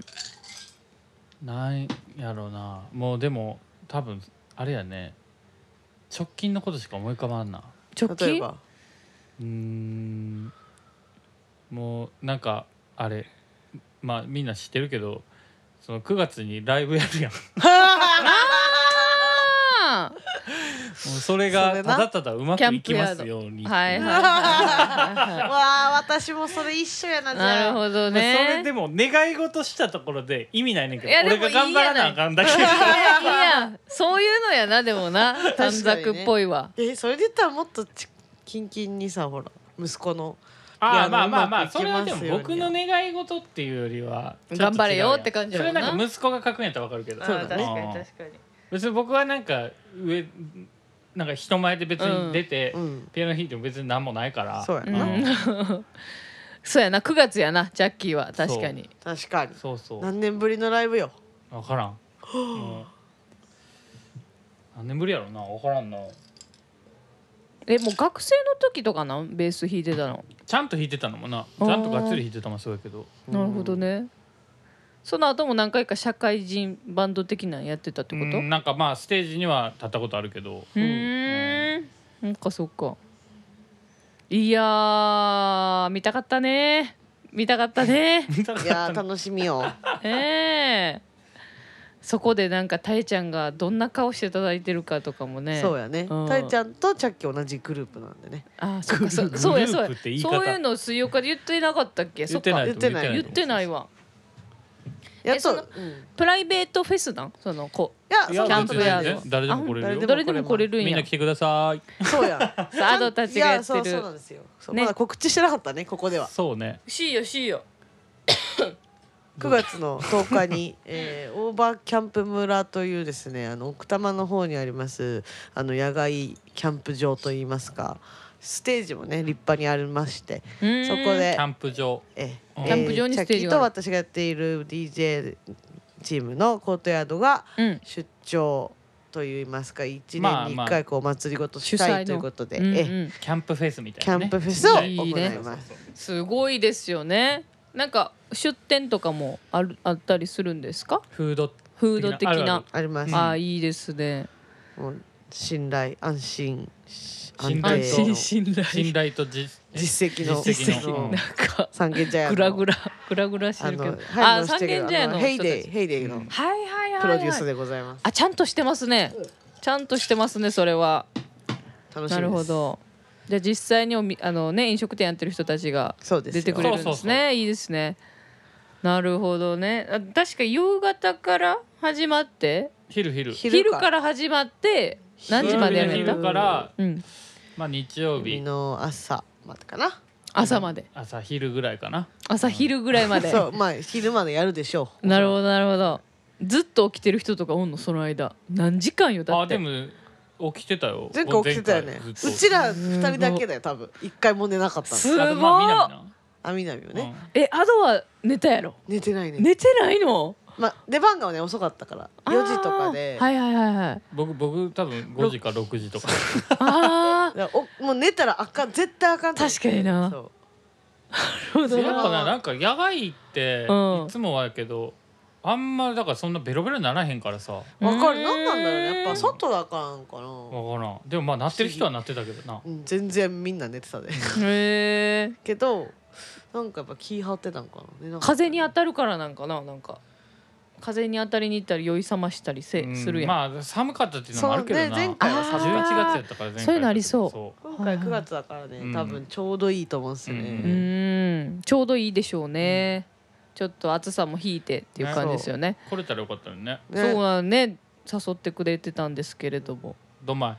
C: なんやろうなもうでも多分あれやね直近のことしか思い浮かばんな
B: 直
A: 例 え
B: 近
A: ば
C: うーんもうなんかあれまあみんな知ってるけどその9月にライブやるやんも
B: あ
C: うそれ
A: そ
C: が
A: れ
C: た
A: な
C: だただうまくいきますように
B: ー はいはい
C: ま
B: はいはいは
A: わあ私もそれ一緒やないじゃ
B: な
A: あ
B: るほど
C: あそ
B: ね
C: れでも願い事したところで意味ないねんけど
B: いやでも
C: 俺が頑張らなあかんだけ
B: いやいやそういうのやなでもな短冊っぽいわ、
A: えそれで言ったらもっとちキンキンにさほら息子の
C: ああ
A: いや
C: まあまあま
A: うまく
C: あ
A: い
C: そ
A: き
C: れは
A: ま
C: です
A: ように
C: も僕の願い事っていうよりはちょっと違うやん
B: 頑張れよって感じや
C: そ
B: ろう
C: れ
B: な
C: なんか息子が書くんやったらわかるけど
A: そうだね
B: あー確かに確かに
C: 別に僕はなんか上なんか人前で別に出て、
A: うん
C: ピアノ弾いても別に何もないから
A: そうや
B: う
A: な
C: うん
B: んそうやな9月やなジャッキーは確かに
A: 確かに
C: そうそう
A: 何年ぶりのライブ よ
C: 分からんもう何年ぶりやろうな分からんな
B: えもう学生の時とかなベース弾いてたの、
C: ちゃんと弾いてたのもなちゃんとがっつり弾いてたのもそうやけど
B: なるほどねその後も何回か社会人バンド的なんやってたってこと
C: う
B: うん
C: なんかまあステージには立ったことあるけど
B: ーんなんかそっかいやー見たかったね見たかったね
A: いやー楽しみよ
B: ええそこでなんかたえちゃんがどんな顔していただいてるかとかもね
A: そうやね
B: うん
A: たいちゃんとチャッキー同じグループなんでね
B: あーそっかそ
C: グルー
B: う
C: プ
B: そうやそうや
C: グループって言い方
B: そういうの水曜日で言ってなかったっけ
C: 言ってない
B: そっ
C: と
B: か
A: 言って
C: 思う
A: ない
B: 言ってないわ
A: や
B: え
A: っ
B: そ
A: と
B: の
A: うんい
B: プライベートフェスなんその子
A: や
C: い
A: そ
C: や
A: う
B: キャ
A: なん
B: ン
A: じ
B: プ
A: ゃ
C: 別に
B: ヤ
A: な
B: ー
A: い
C: 全
B: ド
C: 然誰でも来れるよ
A: あ
B: 誰でも来れるん
C: みん
B: や
C: な来てください
A: そう や
B: さあアドたちがやっ
A: いそう
B: て
A: そう
B: る
A: なんですよそう
B: ね
A: まだ告知してなかったねここでは
C: そうね
B: C よ C よ
A: 9月の10日に、 えー、オーバーキャンプ村というですねあの奥多摩の方にありますあの野外キャンプ場といいますかステージもね立派にありまして
B: うーん
A: そこで
C: キャンプ場
A: え
C: キ
A: え
C: ャン
B: プ場に
A: え
B: ステージ
A: チャッキー
B: が
A: と
B: ある
A: 私がやっている DJ チームのコートヤードが
B: うん
A: 出張といいますか1年
C: まあ
A: に
C: まあ
A: 1回こう祭りごと
B: 主
A: し
B: 催
A: た
B: の
A: いということで、
B: うん
A: え
B: う
A: え
B: ん
C: キャンプフェスみ
A: キ
C: たい
A: ャ
C: な
A: ン
C: ね
A: プフェスを行
B: い
A: い
B: いね
A: ます。
B: すごいですよねなんか出店とかもあるあったりするんですか
C: フード
B: フード的な
C: あるある
A: あります、
B: ああいいですね
A: もう信頼安心安
C: 信頼
A: 定
C: と安
B: 信
C: 信頼とじ
A: 実績の
C: 実績
A: う
C: の
A: ん
B: なんか
A: 三軒茶屋の
B: グラグラグラグラして
A: あ
B: るけど
A: の
B: あ
A: 配布し
B: 三
A: てる
B: 軒茶屋
A: あ
B: の
A: の
B: 人
A: ヘ
B: た
A: イ
B: ち
A: デイヘイデイの
B: はいはいはい、はい、
A: プロデュースでございます。
B: あちゃんとしてますねちゃんとしてますねそれは
A: 楽しみです。
B: なるほ。どじゃあ実際におみあの、ね、飲食店やってる人たちが
A: そうですよ。
B: 出てくれるん
C: そ
B: で
C: う
B: す
C: そうそ
B: ねいいですねなるほどねあ確か夕方から始まって
C: 昼昼
B: 昼から始まって何時までやるん
C: 昼
B: だ
A: う、
C: から、
B: うん、
C: まあ、日曜
A: 日
C: 日
A: の朝までかな。
B: 朝まで
C: 朝昼ぐらいかな
B: 朝昼ぐらいまで
A: そうまあ昼までやるでしょう。
B: なるほどなるほどずっと起きてる人とかおんのその間何時間よだ
C: あ
B: って
C: でも起きてたよ
A: 前回起きてたよね。
C: 前回
A: う
C: ずっと
A: ちら二人だけだよ多分。一回も寝なかったの。
B: すご
C: あ
B: い
C: とまあ南な
A: あみなみもね、
B: えアドは寝たやろ
A: 寝てないね。
B: 寝てないの
A: まあ出番がね遅かったから四時とかで。
B: あーはいはいはい はい
C: うん僕僕多分5時か6時とか
B: ああ
A: だからおもう寝たらあかん絶対あかんと思って
B: 確かにな
A: そう
B: なるほ
C: やっ
B: ど
C: ぱななんか野外って
B: うん
C: いつもはやけど、あんまだからそんなベロベロにならへんからさわ
A: わかる
B: うーん
A: なんなんだろうねやっぱ外だからなんかな、
C: からんでもまあなってる人はなってたけどな
A: うん、全然みんな寝てたで
B: へえ
A: けどなんかやっぱ気張ってたんかな,、ね、なんか
B: 風に当たるからなんかななんか風に当たりに行ったり酔い覚ましたりせ、
C: うん
B: するやん、
C: まあ寒かったっていうのもあるけど
A: そう
C: な、
A: ね前回
B: は寒かった
C: 11月やったから前回
B: そういうのありそう
A: 今
B: はい
A: 回
B: はい
A: 9月だからね、
C: うん
A: 多分ちょうどいいと思うんですよね、
B: うーんちょうどいいでしょうね、ちょっと暑さも引いてっていう感じですよね
C: 来れたらよかったのにね
B: そう
A: ね
B: はね誘ってくれてたんですけれども
C: どんまい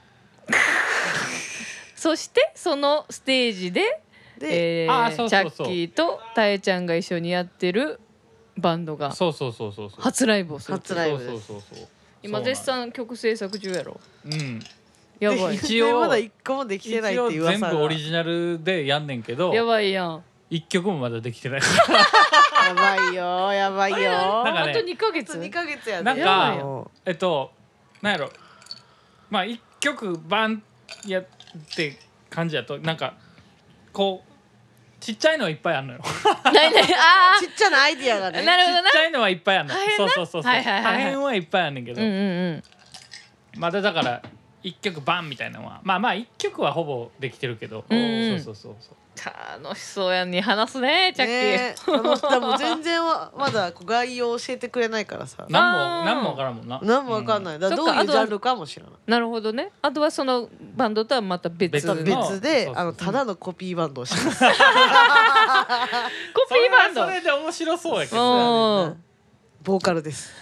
B: そしてそのステージで
A: で、
B: え
C: あ
B: ー
C: ーそう
B: チャ
C: そう
B: ッ
C: そう
B: キーとたえちゃんが一緒にやってるバンドが
C: そうそうそうそうそう
B: 初ライブをする
A: 初ライブです
C: そうそうそうそう
B: 今絶賛曲制作中やろ
C: そうなんやうん
B: やばい
C: で一応
A: まだ一個もできてないっていう噂
C: 一応
A: が
C: 全部オリジナルでやんねんけど
B: やばいやん
C: 一曲もまだできてない
A: やばいよやばいよ
C: なんか
B: あ
C: ね
B: と2ヶ月
A: 2ヶ月やで
C: なん
B: やばい
C: か えっとなんやろまあ一曲バンやって感じやとなんかこうちっちゃいのはいっぱいあんのよ ち
B: ないないあ
A: ちっちゃなアイディアが
B: あ
A: ね
B: なるほど
C: っ
B: な
C: ちゃいのはいっぱいあんの
B: 大変
C: そ
B: な
C: うそうそうそう
B: はいはいはいはい
C: 大変はいっぱいあんねんけど、
B: うんうん
C: まだだから一曲バンみたいなのはまあまあ一曲はほぼできてるけど、
B: うんうん
C: そうそうそうそう
B: うん楽しそうやんに話すねチャッキー、
A: ねえそのでも 全然はまだこう概要を教えてくれないからさ
C: 何も
B: あー
C: 何もわからんもんな
A: 何もわかんない、だから
B: そ
A: ど
B: っ
A: う
B: か
A: いうジャンルかも知らない
B: なるほどねあとはそのバンドとはまた別の
C: 別
B: コ
C: の
A: 別で
C: そうそうそう
A: あのただのコピーバンドをします
B: ピーバンド
C: それはそれで面白そうやけ
B: う
C: ど
B: ん
A: ねボーカルです、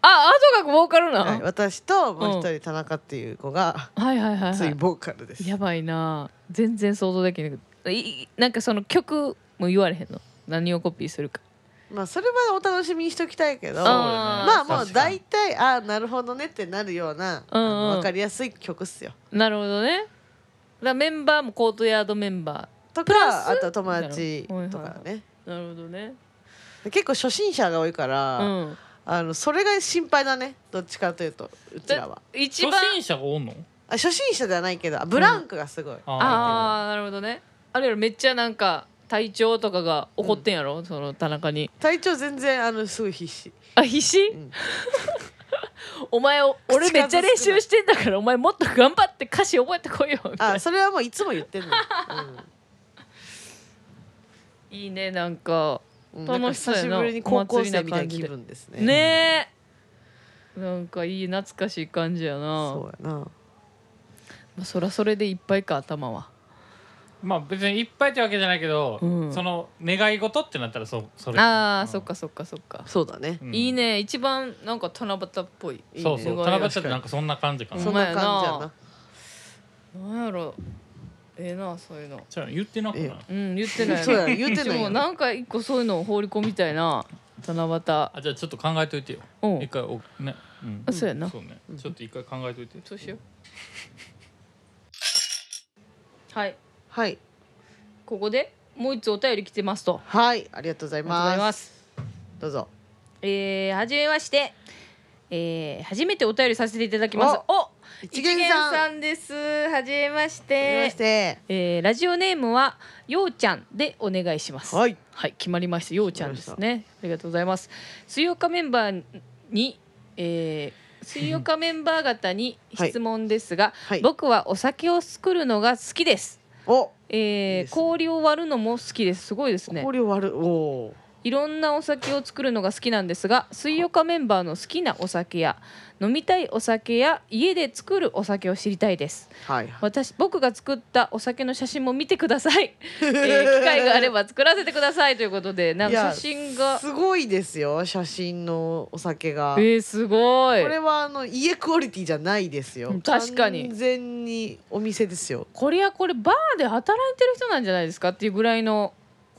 B: あアートがボーカルな
A: はい、
B: の
A: 私ともう一人田中っていう子が
B: はいはいはい
A: つ
B: はい
A: ボーカルです
B: いやばいな全然想像できなくていいなんかその曲も言われへんの何をコピーするか
A: まあそれまでお楽しみにしときたいけど
B: そう
A: ま
B: あー
A: あもう大体ああなるほどねってなるような
B: うんうん
A: 分かりやすい曲っすよ
B: なるほどねだからメンバーもコートヤードメンバ
A: と
B: プラ
A: か
B: ス
A: あとは友達と
B: はい
A: か
B: はい
A: ね
B: ーなるほどね
A: 結構初心者が多いか
B: う
A: ら、
B: ん
A: あのそれが心配だねどっちかというとうちらは
B: で一
C: 初
B: 番
C: 心者がおんの
A: あ初心者ではないけどあブランクがすごい、
C: あ
B: ああなるほどねあれやろめっちゃなんか体調とかが怒ってんやろ、その田中に
A: 体調全然あのすごい必死、
B: あ必死、
A: うん
B: お前お俺
A: 口数
B: めっちゃ練習してんだからお前もっと頑張って歌詞覚えてこいよみたい
A: あ
B: な
A: それはもういつも言ってんの、
B: いいねなんか
A: うんうん、
B: 楽しそうやな
A: なんか久しぶりに高校生みたいな気分ですね
B: ねえなんかいい懐かしい感じやな
A: そうやな
B: まあ、そらそれでいっぱいか頭は
C: まあ別にいっぱいってわけじゃないけど、
B: うん
C: その願い事ってなったらそうそれ
B: ああ、
C: うん
B: そっかそっかそっか、
A: そうだね、
C: うん
B: いいね一番なんか七夕っぽい
A: いいね
C: そうそう
B: 願い
C: 七
B: が
C: 夕ってなんかそんな感じかな、
B: うん
A: そんな感じや
B: ほんまやな
A: な
B: なんやろええなそういうの
C: じゃあ言ってなくない
A: え
B: うん言ってないな
A: そうや言って
B: で
A: ない
B: も
A: よ
B: なんか一個そういうのを放り込みたいな七
C: あじゃあちょっと考えといてよ
B: 夕うん
C: 一回おね、うん
B: あそうやな
C: そうねちょっと一回考えといて
B: そうしようはい
A: はい
B: ここでもう一つお便り来てますと
A: はいありがとうござい
B: ありがとうご
A: ま
B: ざ
A: す
B: います
A: どうぞ
B: えー、はじめまして、えー、初めてお便りさせていただきますお
A: 一元さん
B: んですはじめまし
A: はじめま
B: て
A: して
B: えーラジオネームはようちゃんでお願いします
A: はい
B: はい、決まりました。ようちゃんですね。ありがとうございます。水曜日メンバーに、えー、水曜日メンバー方に質問ですが、
A: はい
B: 僕はお酒を作るのが好きです。
A: お
B: えー
A: いいですね
B: 氷を割るのも好きです。すごいですね。
A: 氷割るお
B: いろんなお酒を作るのが好きなんですが、水曜日メンバーの好きなお酒や飲みたいお酒や家で作るお酒を知りたいです。
A: ーはい
B: 私僕が作ったお酒の写真も見てくださ い、えー機会があれば作らせてくださいということでなん
A: い
B: か
A: や
B: 写真が
A: すごいですよ写真のお酒が、
B: えー、すごい
A: これはあの家クオリティじゃないですよ
B: うん確かに
A: 完全にお店ですよ
B: これはこれバーで働いてる人なんじゃないですかっていうぐらいの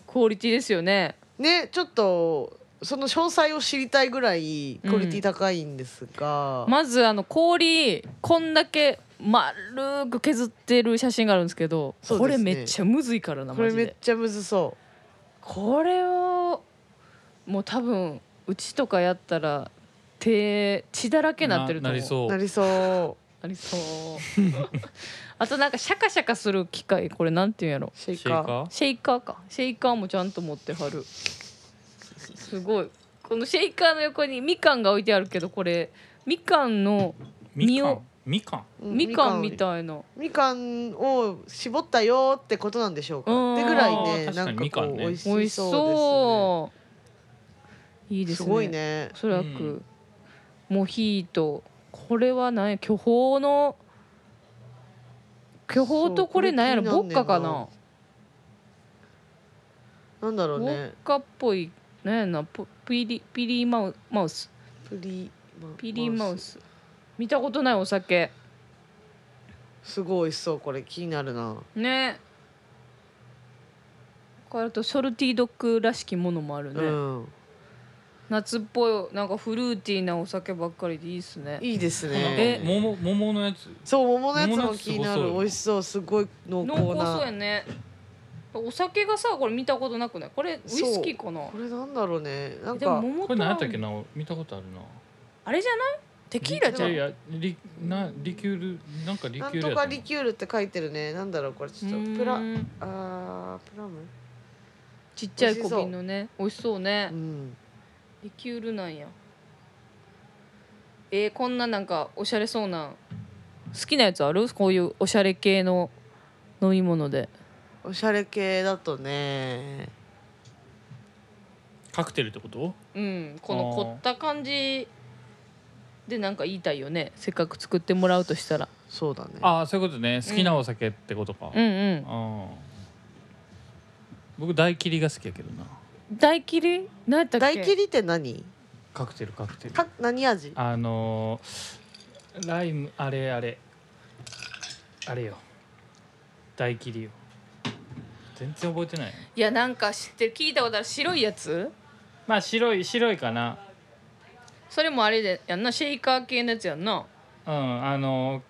B: クオリティですよね
A: ねちょっとその詳細を知りたいぐらいクオリティ高いんですが、
B: まずあの氷こんだけ丸く削ってる写真があるんですけど
A: そう
B: こ
A: で
B: れ
A: すね
B: めっちゃむずいからな
A: こ
B: マ
A: れ
B: ジ
A: めっ
B: で
A: ちゃむずそ
B: これをもう多分うちとかやったら手血だらけになってると
C: な
B: 思
C: り
B: う
A: う
C: そう
A: なりそう
B: ありそう あとなんかシャカシャカする機械これなんていうんやろ
A: シェイ
C: シェイカ
A: カー
C: ー
B: シェイカーかシェイカーもちゃんと持ってはるすごいこのシェイカーの横にみかんが置いてあるけどこれみかんの
C: み
B: 実
C: か
B: を
C: んみかん
A: うん
B: みかんみたいな
A: みかんを絞ったよってことなんでしょう
B: うん
A: か。ってぐらいね、
C: 確
A: な
C: か
A: ん
C: に
A: か
C: みか
A: こ
C: ん
A: う
C: ね
A: 美味し
B: 美味し
A: そ
B: そういいう
A: ですね。
B: ですすね
A: ごいね。
B: おそらく、
C: うん
B: モヒートこれは何や巨峰の巨峰
A: そう
B: とこれ何やろ
A: これ気
B: ボ
A: に
B: ッ
A: なんねんな
B: カかな
A: なんだろ
B: ボ
A: うね
B: ッ。カっぽい何やなポピリピリマウマウス
A: プリマ
B: ピリマウ。ス見たことないお酒
A: すごい美味しそう。これ気になるな。
B: ねこれあとソルティドッグらしきものもあるね、
A: うん。
B: 夏っぽいなんかフルーティーなお酒ばっかりでいいっすね
A: いいです
C: え
A: ね。
C: 桃桃のやつ
A: そう桃のやつ
C: 桃の
A: も
C: やつ
A: 気にな
C: すご
A: る。
C: そう
A: 美味しそう。すごい濃
B: 濃
A: 厚
B: 厚そう
A: な
B: や。ねお酒がさこれ見たことなくないこれウイスキーかな
A: これなんだろうね。なん
B: でも
A: か
B: 桃
C: ことれ何やったっけ
B: 合う
C: な見たことあるな
B: あれじゃないテキーラじゃ
C: い
B: ん
C: やいやリなリキュールなんかリキ
A: な
C: ュ
A: ん
C: ール
A: と
C: や
A: か
C: った
A: リキュールって書いてるね。なんだろうこれちょっとプラ
B: うーん
A: あープラム。
B: ちっちゃい小瓶のね美味しそうね
A: うん。
B: リキュールなんやえー、こんななんかおしゃれそうな好きなやつあるこういうおしゃれ系の飲み物で
A: おしゃれ系だとね。
C: カクテルってこと
B: うんこの
C: あー
B: 凝った感じでなんか言いたいよねせっかく作ってもらうとしたら
A: そうだね。
C: ああそういうことね好きなお酒ってことか、
B: うんうん
C: ああ僕大切りが好きやけどな
B: 大切り何やったっけ
A: 大切りって何？
C: カクテルカクテル
A: か何味？
C: あのーライムあれあれあれよ大切りよ全然覚えてない
B: いやなんか知ってる聞いたことある白いやつ
C: まあ白い白いかな
B: それもあれでやんなシェイカー系のやつやんな
C: うんあの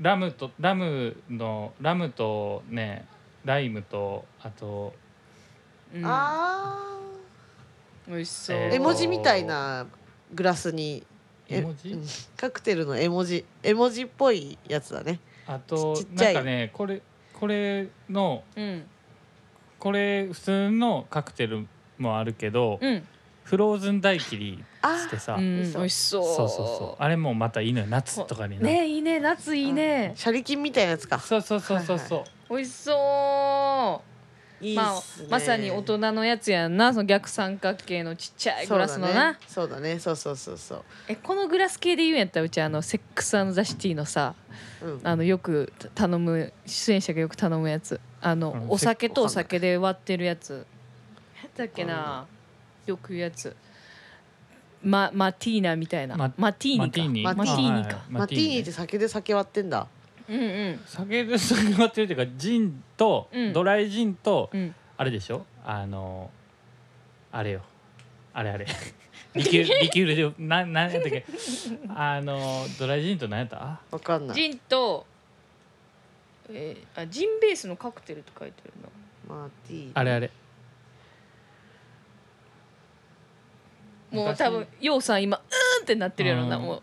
C: ラムとラムのラムとねライムとあと
B: うん
A: ああ。
B: 美味しそう、
C: えー
A: 絵文字みたいなグラスにえ
C: 絵文字
A: うんカクテルの絵文字絵文字っぽいやつだね
C: あと
A: ちちっちゃ
C: ないんかねこれこれの
B: うん
C: これ普通のカクテルもあるけど、
B: うん
C: フローズン大切り
A: あ
C: してさ、
B: うん美
A: 嘘
B: 味しそう
C: そうそうそうあれもまたいいのよ夏とかにな
B: ねいいね夏いいね
A: シャリキンみたいなやつか
C: そうそうそうそうそう、
B: 美味しそう
A: いいっ
B: まあ
A: すね
B: まさに大人のやつやんなその逆三角形のちっちゃいグラスの
A: そうだ
B: な、
A: ねそうだねそうそうそうそ
B: えこのグラス系で言うんやったらうちあのセックスザシティのさ
A: う、うん、
B: あのよく頼む出演者がよく頼むやつあの、
C: うん
B: お酒とお酒で割ってるやつやったっけなよく言うやつママティーナみたいなマ
C: マ
B: ティーニか
A: マティーニ
C: あはいはい
B: か
A: マティーニって酒で酒割ってんだ
B: うんうん
C: 酒で酒割ってるっていうかジンと、
B: うん
C: ドライジンと、
B: うん
C: あれでしょあのあれよあれあれリキュールリキュールでななんやったっけあのドライジンと何やった
A: わかんない
B: ジンと、えーあジンベースのカクテルって書いてるな
A: マティーニ
C: あれあれ
B: もう多分ようさん今うーんってなってるやろな
C: うん
B: も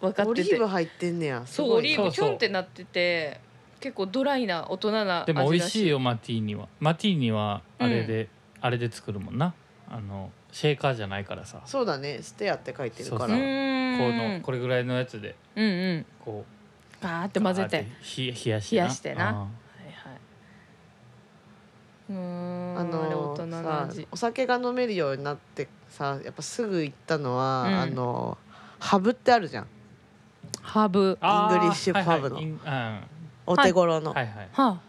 B: う分か
A: オ
B: って
A: リー
B: て
A: ブ入ってんねやす
B: そうオ
A: ごい
B: リ
A: ね
B: ーブ
C: そう
B: ち
C: そう
B: ょんってなってて結構ドライな大人な
C: で
B: 味らし
C: も
B: い
C: 美味しいよマティーニはマティーニはあれで、あれで作るもんなあのシェーカーじゃないからさ
A: そうだねステアって書いてるか
C: そ
A: ら
B: う
C: うそうこ
B: ー
C: の
B: ん
C: これぐらいのやつで
B: うんうん
C: こ
B: バーって
C: う
B: 混ぜて
C: ガーってひ冷やして
B: 冷
C: な
B: やしてな
C: うん
B: はいはい。うーん。
A: あの
B: あれ大人の
A: さ
B: 味。
A: お酒が飲めるようになってさやっぱすぐ行ったのは、
B: うん
A: あのハブってあるじゃん
B: ハブ。は
C: あー
A: イングリッシュパブの
C: はいはいイン
A: お手頃の、
C: うんはいはい
B: あ。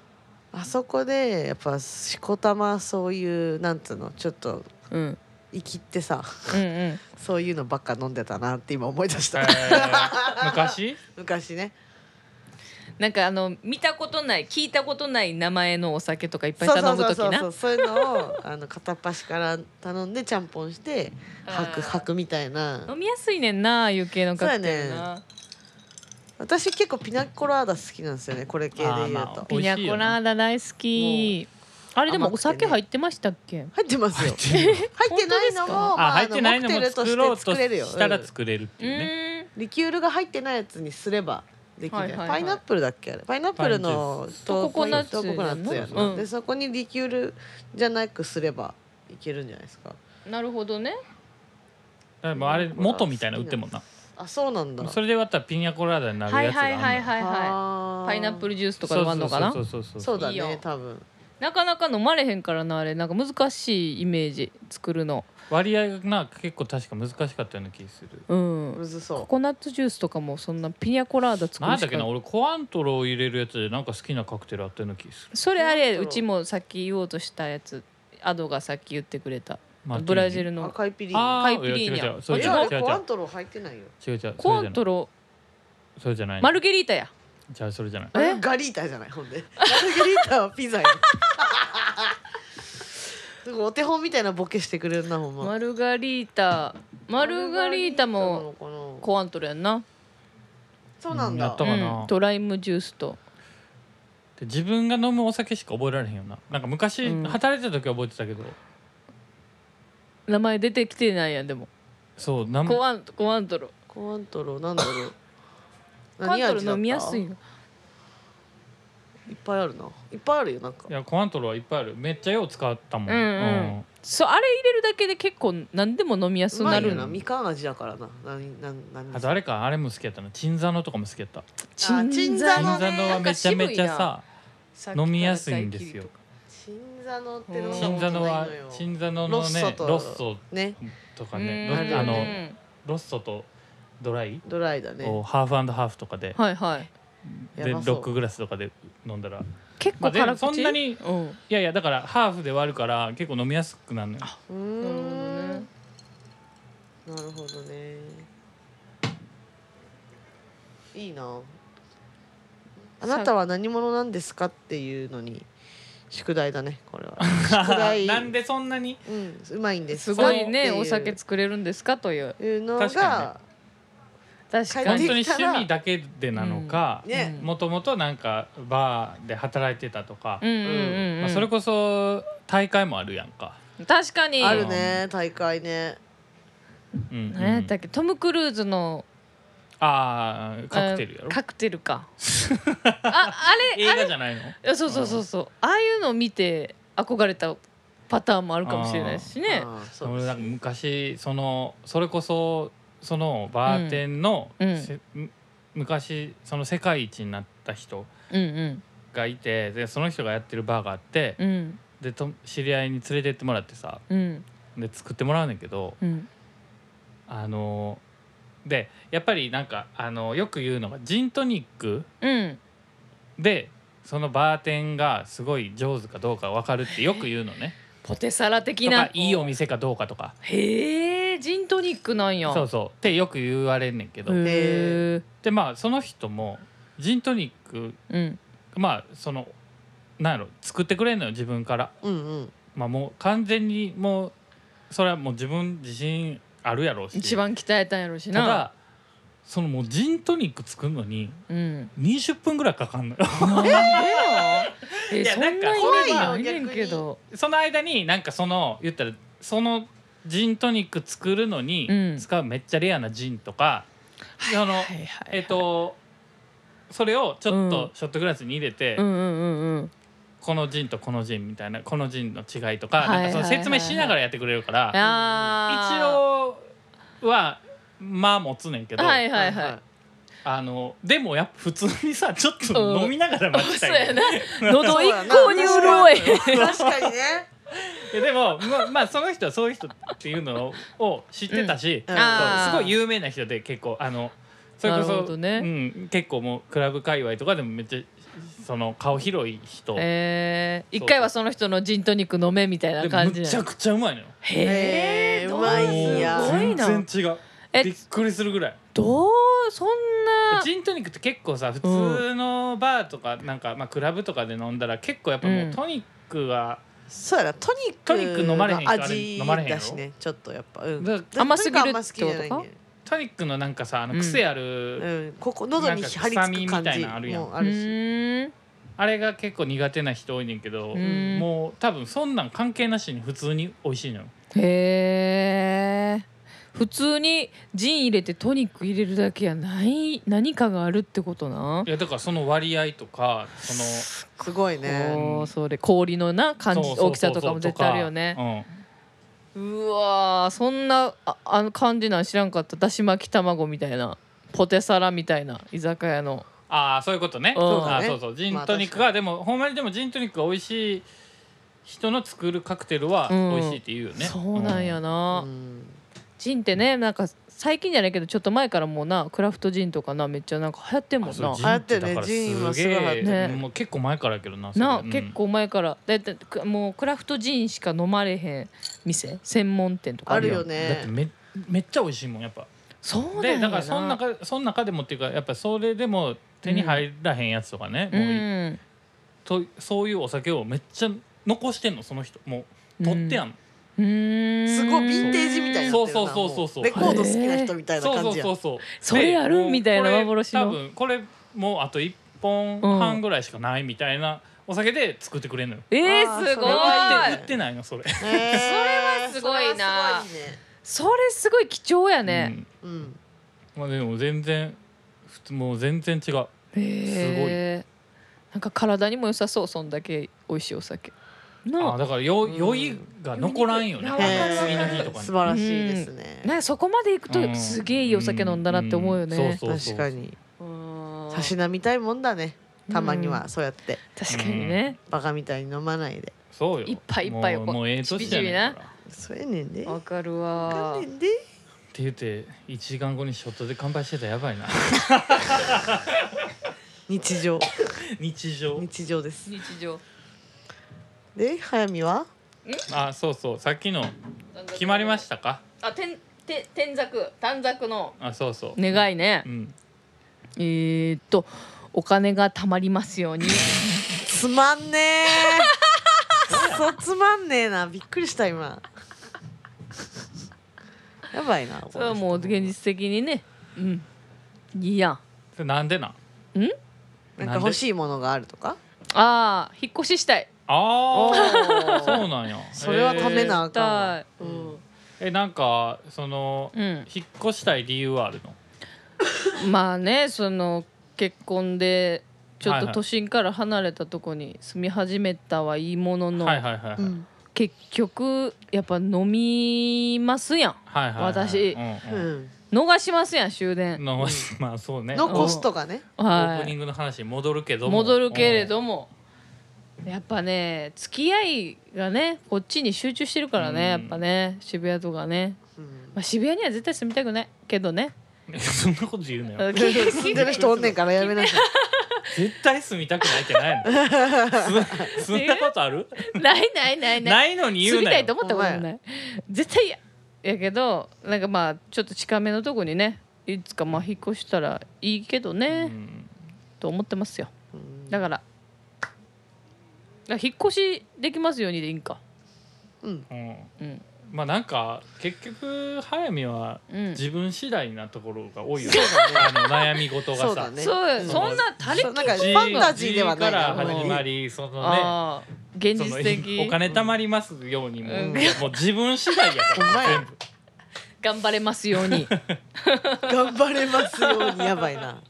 A: あそこでやっぱしこたまそういうなんつうのちょっと
B: うん。うん
A: 生きってさ
B: うん。
A: そういうのばっか飲んでたなって今思い出した、
C: えー昔
A: 昔ね
B: なんかあの見たことない聞いたことない名前のお酒とかいっぱい
A: そう
B: 頼
A: そう
B: む
A: そう
B: 時
A: そうそう。
B: な
A: そういうのをあの片っ端から頼んでちゃんぽんして吐く
B: あー
A: 吐くみたいな
B: 飲みやすいねんな有形のカクテル
A: そうや
B: な。
A: 私結構ピナコラーダ好きなんですよねこれ系で言うと、
C: あーまあ
B: ピニャコラーダ大好き。あれでもお酒入ってましたっけ？
A: 入ってます
C: 入
A: よ
C: っ
A: 入
C: てる
A: ってないのも
B: 本
A: ま
C: あ
A: あ、
C: 入ってないの
A: あ
C: も
A: モクテ
C: 作
A: ル
C: ろ
A: と
C: う
A: して
C: と
A: 作れるよ
C: したら
A: うん
C: 作れるって
B: う
C: いうね
B: ーん。
A: リキュールが入ってないやつにすればできる、
B: はいはいはい
A: パイナップルだっけあれパイナップルの
B: とココナッツ
A: とココナッツやな、
B: うん
A: でそこにリキュールじゃなくすればいけるんじゃないですか
B: なるほどね。
C: からもうあれ元みたいなの売ってんもんな
A: あそうなんだ
C: それで割ったらピニャコラーダになる
B: はい
C: やつが
B: はいはい
C: い
B: はいは
A: あ
B: い
A: ー
B: パイナップルジュースとかでもあるのかな
C: そうそうそう
A: そうだ
B: いいよ
A: ね多分
B: なかなか飲まれへんからなあれなんか難しいイメージ作るの
C: 割合がな結構確か難しかったような気する
B: うん
A: むず
B: コ
A: そ
B: コナッツジュースとかもそんなピニャコラーダ作
C: な
B: る
C: んだ
B: し
C: っけ
B: か
C: な俺コアントロを入れるやつでなんか好きなカクテルあったような気する
B: それあれ
A: コアントロ
B: うちもさっき言おうとしたやつアドがさっき言ってくれた
C: マティーニ
B: ブラジル
A: う
B: の
A: 赤いピリ
C: あ
B: カ
C: ー
B: イピリーニャ
C: いや違う違うそ
A: い
C: う違う
A: やあ
C: 違
A: れ
C: う
A: コアントロ入ってないよ
C: 違う違うそれじゃない
B: コアントロ
C: それじゃない
B: マルゲリータや
C: じゃあそれじゃない
A: あれガリータじゃないほんでマルゲリータはピ ザよすごいお手本みたいなボケしてくれるなほんま
B: マルガリータマルガリータも
A: マルガリータなのかな
B: コアントロやんな
A: そうなんだ
C: やったかな
B: うんとライムジュースと
C: で自分が飲むお酒しか覚えられへんよななんか昔、
B: うん
C: 働いてた時は覚えてたけど
B: 名前出てきてないやんでも
C: そうなん
B: コアンコアントロ
A: コアントロなんだろう
B: コアントロ飲みやすい
A: いっ
B: の
A: ぱいあるないっぱいあるよなんか
C: いやコアントロはいっぱいあるめっちゃよう使ったもん、
B: うんうんそうあれ入れるだけで結構何でも飲みやす
A: う
B: く
A: ま
B: ない
A: よ
B: る
A: な
B: の
A: みかん味だからな何何何
C: あとあれかあれも好きやったな鎮座のとかも好きやった
A: あ鎮座
C: 鎮
A: の
C: 座のはめちゃめちゃさ
B: さっきから
C: 飲みやすいんですよ
A: 新座のって飲んだ
C: 鎮座
A: こと
C: の
A: ない
C: は
A: のよ
C: 鎮座のねロ
A: ロッ
C: ッ
A: ソと
C: ソ
A: ね
C: とか
B: う
C: ね
B: ん
C: ロ
A: あるよ
C: あの
B: うん
C: ロッソとドライ
A: ドライだね
C: をハーフハーフとかで
B: はいはい
C: で
A: や
C: ロ
A: ばそう
C: ックグラスとかで飲んだらい
B: 結
C: まあ
B: 構辛口、
C: でもそんなに
B: うん
C: やいやだからハーフで割るから結構飲みやすくなるのよ
A: うー
B: なるほ
A: ん
B: ど
A: な
B: ね
A: るほどねいいなあなたは何者なんですかっていうのに宿題だねこれは宿題
C: なんでそんな に
A: うんうまいんです
B: す
A: か
B: ごいね
A: ってう
B: お酒作れるんですかという
A: いうの
C: 確か
A: が
B: 確
A: か
B: か
C: 本
B: に
A: に
C: 当に趣味だけでなのか
A: ね
B: うん
C: もともとなんかバーで働いてたとか、
B: うんうんうん、うん
C: まあ、それこそ大会もあるやんか、
B: 確かに
A: あるね大会ね
C: うんうん
B: 何やったっけトム・クルーズの
C: ああカクテルやろ
B: あカクテル かああれ
C: 映画じゃないの
B: いやそうそうそうそうああいうのを見て憧れたパターンもあるかもしれないしね
A: あーそうで
C: 俺
A: す
C: なんか昔そのそれこそそのバーテンの、
B: うん
C: せむ昔その世界一になった人
B: うん
C: がいてでその人がやってるバーがあって、
B: うんうん
C: でと知り合いに連れてってもらってさ
B: うん
C: で作ってもらうねんだけど
B: うん
C: あのでやっぱりなんかあのよく言うのがジントニック
B: うん
C: でそのバーテンがすごい上手かどうか分かるってよく言うのね
B: ポテサラ的
C: と
B: な
C: かいいお店かどうかとか
B: へえジントニックなんや
C: そうそうってよく言われんねんけど、
B: へえ
C: でまあその人もジントニック
B: うん
C: まあそのなんやろ作ってくれんのよ自分から、
A: うんうん
C: まあ、もう完全にもうそれはもう自分自信あるやろうし
B: 一番鍛えたんやろしたな
C: だそのもうジントニック作るのに
B: うん
C: 20分ぐらいかかんのよ
B: なんでよえ
C: いや
B: そんなイメージないねんけど
C: その間になんかその言ったらそのジントニック作るの
B: うん
C: に使うめっちゃレアなジンとか、そ
B: は
C: の
B: いはい
C: えっ、とそれをちょっ
B: うん
C: とショットグラスに入れて、
B: うんうんうんうん
C: このジンとこのジンみたいなこのジンの違いとか,、
B: はいはいはいはい
C: なんかその説明しながらやってくれるから一
B: あ
C: 応はまあ持つねんけ
B: ー
C: ど、
B: はいはいはい
C: あのでもやっぱ普通にさちょっと飲みながら待ちたい、
B: うんそう喉一向に潤 い
A: 確かにね
C: いやでもまあ、まあ、その人はそういう人っていうのを知ってたし、
A: うん
C: そう
B: あー
C: すごい有名な人で結構あのそれこ
B: なる
C: そ
B: ほどね
C: うん、結構もうクラブ界隈とかでもめっちゃその顔広い人、
B: えー、一回はその人のジントニック飲めみたいな感
C: で
B: じ
C: む
B: な
C: ちゃ
B: の
C: くちゃうまいのよ。
B: へえ
A: へーうまいんや
B: すごいな
C: 全然違う
B: え
C: びっくりするぐらい
B: どうそんな
C: ジントニックって結構さ普通のバーとかなんか、まあ、クラブとかで飲んだら結構やっぱもううんトニックが、
A: そうやなトニック
C: トニック飲まれへん人あれ
A: 味
C: 飲まれへんや
A: だ
C: ろ
A: しねちょっとやっぱうん
C: だから
B: 甘すぎる
A: トニックはあんま好きじゃないんだよ
B: って
C: トニックのなんかさあの癖ある、
A: うんここ喉に張り付く
C: なんか臭みみ
A: 感
C: たい
A: じ
C: なのあるやん
A: もう
B: う
A: あるし
B: ーん
C: あれが結構苦手な人多いねんけど、
B: うん
C: もう多分そんなん関係なしに普通に美味しいのよ
B: へえ普通にジン入れてトニック入れるだけやない何かがあるってことない
C: やだからその割合とかその
A: すごいね
B: おーそれ氷のな感じ
C: そうそうそうそう
B: 大きさとかも絶対あるよね
C: とか
B: うわーそんなああの感じなん知らんかっただし巻き卵みたいなポテサラみたいな居酒屋の
C: ああそういうことね
B: そうだ
C: あ
A: ね
C: ーそうそうジン
A: まあ
C: トニックが、でもほんまにでもジントニックが美味しい人の作るカクテルは
B: うん
C: 美味しいって言うよね、
B: そうなんやな、
A: うん
B: ジンってねなんか最近じゃないけどちょっと前からもうなクラフトジンとかなめっちゃなんか流行ってんもん
C: そう
B: な
A: 流行ってるね
C: ジンってだから
A: ジンはすごい流行って
B: るね
C: うんもう結構前からやけどなそれ
B: な、
C: うん
B: 結構前からだいたいくもうクラフトジンしか飲まれへん店専門店とか
A: あるよ
C: だって
A: ね
C: めめっちゃ美味しいもんやっぱ
B: そうなんや
C: で
B: な
C: だからその中その中でもっていうかやっぱそれでも手に入らへんやつとかね、
B: う
C: もうい
B: ん
C: とそういうお酒をめっちゃ残してんのその人もう取ってやんの、
B: うーん
A: すごいヴィンテージみたいになってるな
C: そうそうそうそうそ
A: も
C: う
A: レコード好きな人みたいな
C: そう
A: 感
C: そう
A: じや
C: そうそう
B: それやる
C: でもう
B: みたいな
C: これ
B: 幻の
C: 多分これもうあと1本半ぐらいしかないみたいなお酒で作ってくれるのよ、
B: え
A: あ
B: ー、
A: ー
B: すごい
A: それは
C: 売ってないのそれ、
A: それは
B: すごいな
A: すごいね
B: それすごい貴重やね、
A: うん
C: うん、まあでも全然普通もう全然違う
B: へえなんか体にも良さそうそんだけ美味しいお酒
C: あ
B: な
C: だからよ
A: うん
C: 酔いが残らんよね、
B: うん
C: あ
B: わかる
C: の
B: わかる
C: 次の日とかに
A: 素晴らしいですね
B: あなんかそこまで行く
C: うん
B: とすげえいいお酒飲んだなって思うよね、
C: うんうんそうそうそう
A: 確かに
B: うん
A: 差しなみたいもんだねたまにはそうやって
B: 確かにね、
A: バカみたいに飲まないで
C: そうよ
B: いっぱいいっぱい
C: もう
B: こう
C: もうええ年じゃねえからっ
A: そうやねんで
B: わかる
A: わか
B: わ
A: んねんで
C: て言って1時間後にショットで乾杯してたらやばいな
A: 日常
C: 日常
A: 日常です
B: 日常
A: で早見は
C: あそうそうさっきの決まりましたか
B: たあ天天天作短冊の
C: あそうそう、
B: 願いね
C: うん、
B: えー、っとお金が貯まりますように
A: つまんねえそうつまんねえなびっくりした今やばいな
B: それはもう現実的にねうんいいやん
C: それなんでなん
A: なんか欲しいものがあるとか
B: あー引っ越ししたい
C: ああ
A: ー
C: そうなんや
A: それはためなあかんわ
B: したいうん
C: えーえなんかその、
B: うん
C: 引っ越したい理由はあるの
B: まあねその結婚でちょっ
C: はい
B: と
C: はい
B: 都心から離れたとこに住み始めたはいいものの、
C: はいはいはいはい、
A: うん
B: 結局やっぱ飲みますやん
C: はいはいはい
B: 私
A: う
C: うん
A: ん
B: 逃しますやん終
C: うん
B: 電
C: の まあそうね
A: 残すとかね
C: オ
B: は
C: ープニ
B: い
C: ングの話に戻るけども
B: 戻るけれどもやっぱね付き合いがねこっちに集中してるから
C: うん
B: ねやっぱね渋谷とかね、
A: うん
B: まあ、渋谷には絶対住みたくないけどね
C: うん そんなこと言う なよ
A: 住んでる人おんねんからやめなさい
C: 絶対住みたくないってない のす住んだことある
B: ないないないない
C: ないのに言
B: 住
C: う
B: み
C: な
B: たいと
C: よ
B: 思ったことも
A: お
B: ない絶対ややけどなんかまあちょっと近めのとこにねいつかまあ引っ越したらいいけどね、
C: うん
B: と思ってますよ
A: うん
B: だからあ引っ越しできますようにでいいんか
A: うん
C: うん
B: うん
C: まあなんか結局早見は
B: うん
C: 自分次第なところが多いよ、ね
A: そうだね
C: あの悩み事が
A: そう
C: さ
A: だ、ね
B: そうよ
A: うん
B: そんな垂れ
A: そうなんかフ
C: 自
A: ァンタジーではない
C: から
B: 自由
C: 始まりそのね
B: ああ現
C: そ
B: 実
C: の
B: 的
C: お金貯まりますようにも,、
B: うん
C: もう自分次第やか
A: ほんま
C: ら
A: や
C: 全部
B: 頑張れますように
A: 頑張れますようにやばいな
B: ま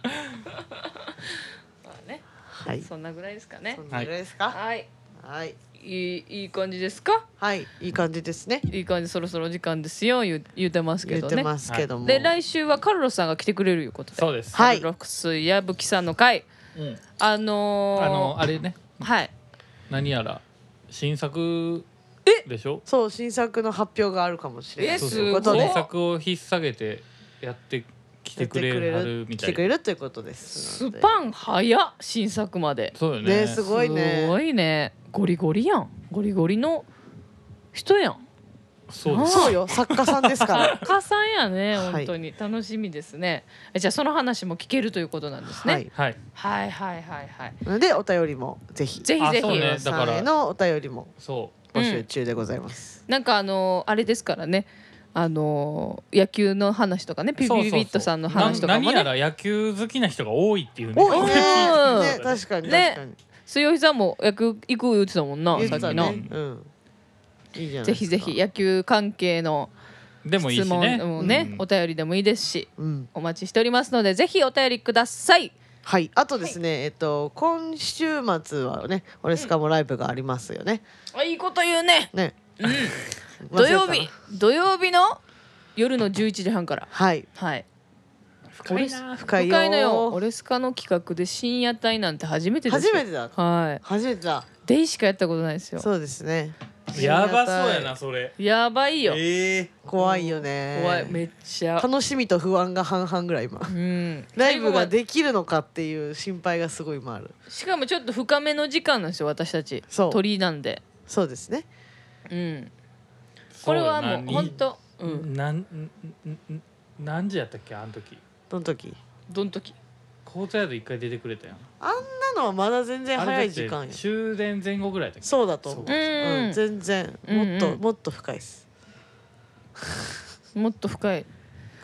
B: あね
A: はいそ
B: そんなぐらいですかね
A: んなぐらいですか
B: はい
A: はい
B: いいいい感じですか
A: はいいい感じですね
B: いい感じそろそろお時間ですよ言う言うてますけ
A: 言っ
B: ど
A: て
B: ね
A: ますけども
B: で来週はカルロスさんが来てくれるいうことで
C: そうです、
A: はい
B: ロックス矢吹さんの回
C: うん
B: あのー、
C: あのあれね
B: はい
C: 何やら新作でしょ
A: そう新作の発表があるかもしれない
B: え
A: と
C: そう
B: す
A: い
C: そうう
A: ことで
B: ご
C: 新
B: い
C: 作を引っ提げてやってきてくれはるみ
A: 来
C: た
A: て
C: い
A: くれるということです
B: ス
A: ので
B: パン早っ新作まで
C: そうよね
A: ねすごいね
B: すごいねゴリゴリやんゴリゴリの人やん
C: そうです
A: そうよ作家さんです から
B: 作家さんやね
A: はい
B: 本当に、楽しみですねえじゃあその話も聞けるということなんです
A: は
B: ね
A: い
C: はい
B: はいはいはいはい
A: なのでお便りもぜひ
B: ぜひぜ
C: あそう
B: ひ、
C: ね
A: 皆さんへのお便りも
C: そう
A: 募集中でございます、
B: なんかあのあれですからねあの野球の話とかねピピピピットさんの話とかも
C: な
B: ね
C: 何やら野球好きな人が多いっていうね
A: 多いね
B: うん
A: ね確かに
B: ね
A: 確かに、
B: 水曜日さんも野球行く言ってたもんな
A: 言って
B: さったき
A: ね
B: な、
A: うんいいじゃないですか
B: ぜひぜひ野球関係の
C: でもいい
B: 質
C: し
B: 問
C: ね
B: もね
C: うん
B: お便りでもいいですし
A: うん
B: お待ちしておりますのでぜひお便りください
A: はいあとですね、えっと今週末はねオレスカもライブがありますよね、
B: あいいこと言うね
A: ね
B: 土曜
A: 忘れ
B: 日
A: たな
B: 土曜日の夜の11時半から
A: はい
B: はい
C: 深いな
A: 深いよ
B: 深いのよオレスカの企画で深夜帯なんて初めてです
A: 初
B: よ
A: めてだ
B: は
A: 初めてだ
B: いデイしかやったことないですよ
A: そうですね
C: やばそうやなそれ
B: やばいよ
C: ええ
A: 怖いよね
B: 怖いめっちゃ
A: 楽しみと不安が半々ぐらい 今
B: うん
A: ライブが
B: 最後
A: できるのかっていう心配がすごい今ある
B: はしかもちょっと深めの時間なんですよ私たち
A: そう
B: 鳥なんで
A: そうですね
B: うん
C: ー
B: これはもう本
C: 当
B: 当うん
C: なんんんん何時やったっけあの時
A: どの時
B: どんとき
C: コートヤード一回出てくれたやん
A: なのはまだ全然
C: あれだっ
A: 早
C: て
A: い時間よ
C: 終電前後ぐらいだっけ
A: そうだと思う
C: そう
A: うん
B: う
A: 全然
B: うんうん
A: もっともっと深いです
B: んもっと深い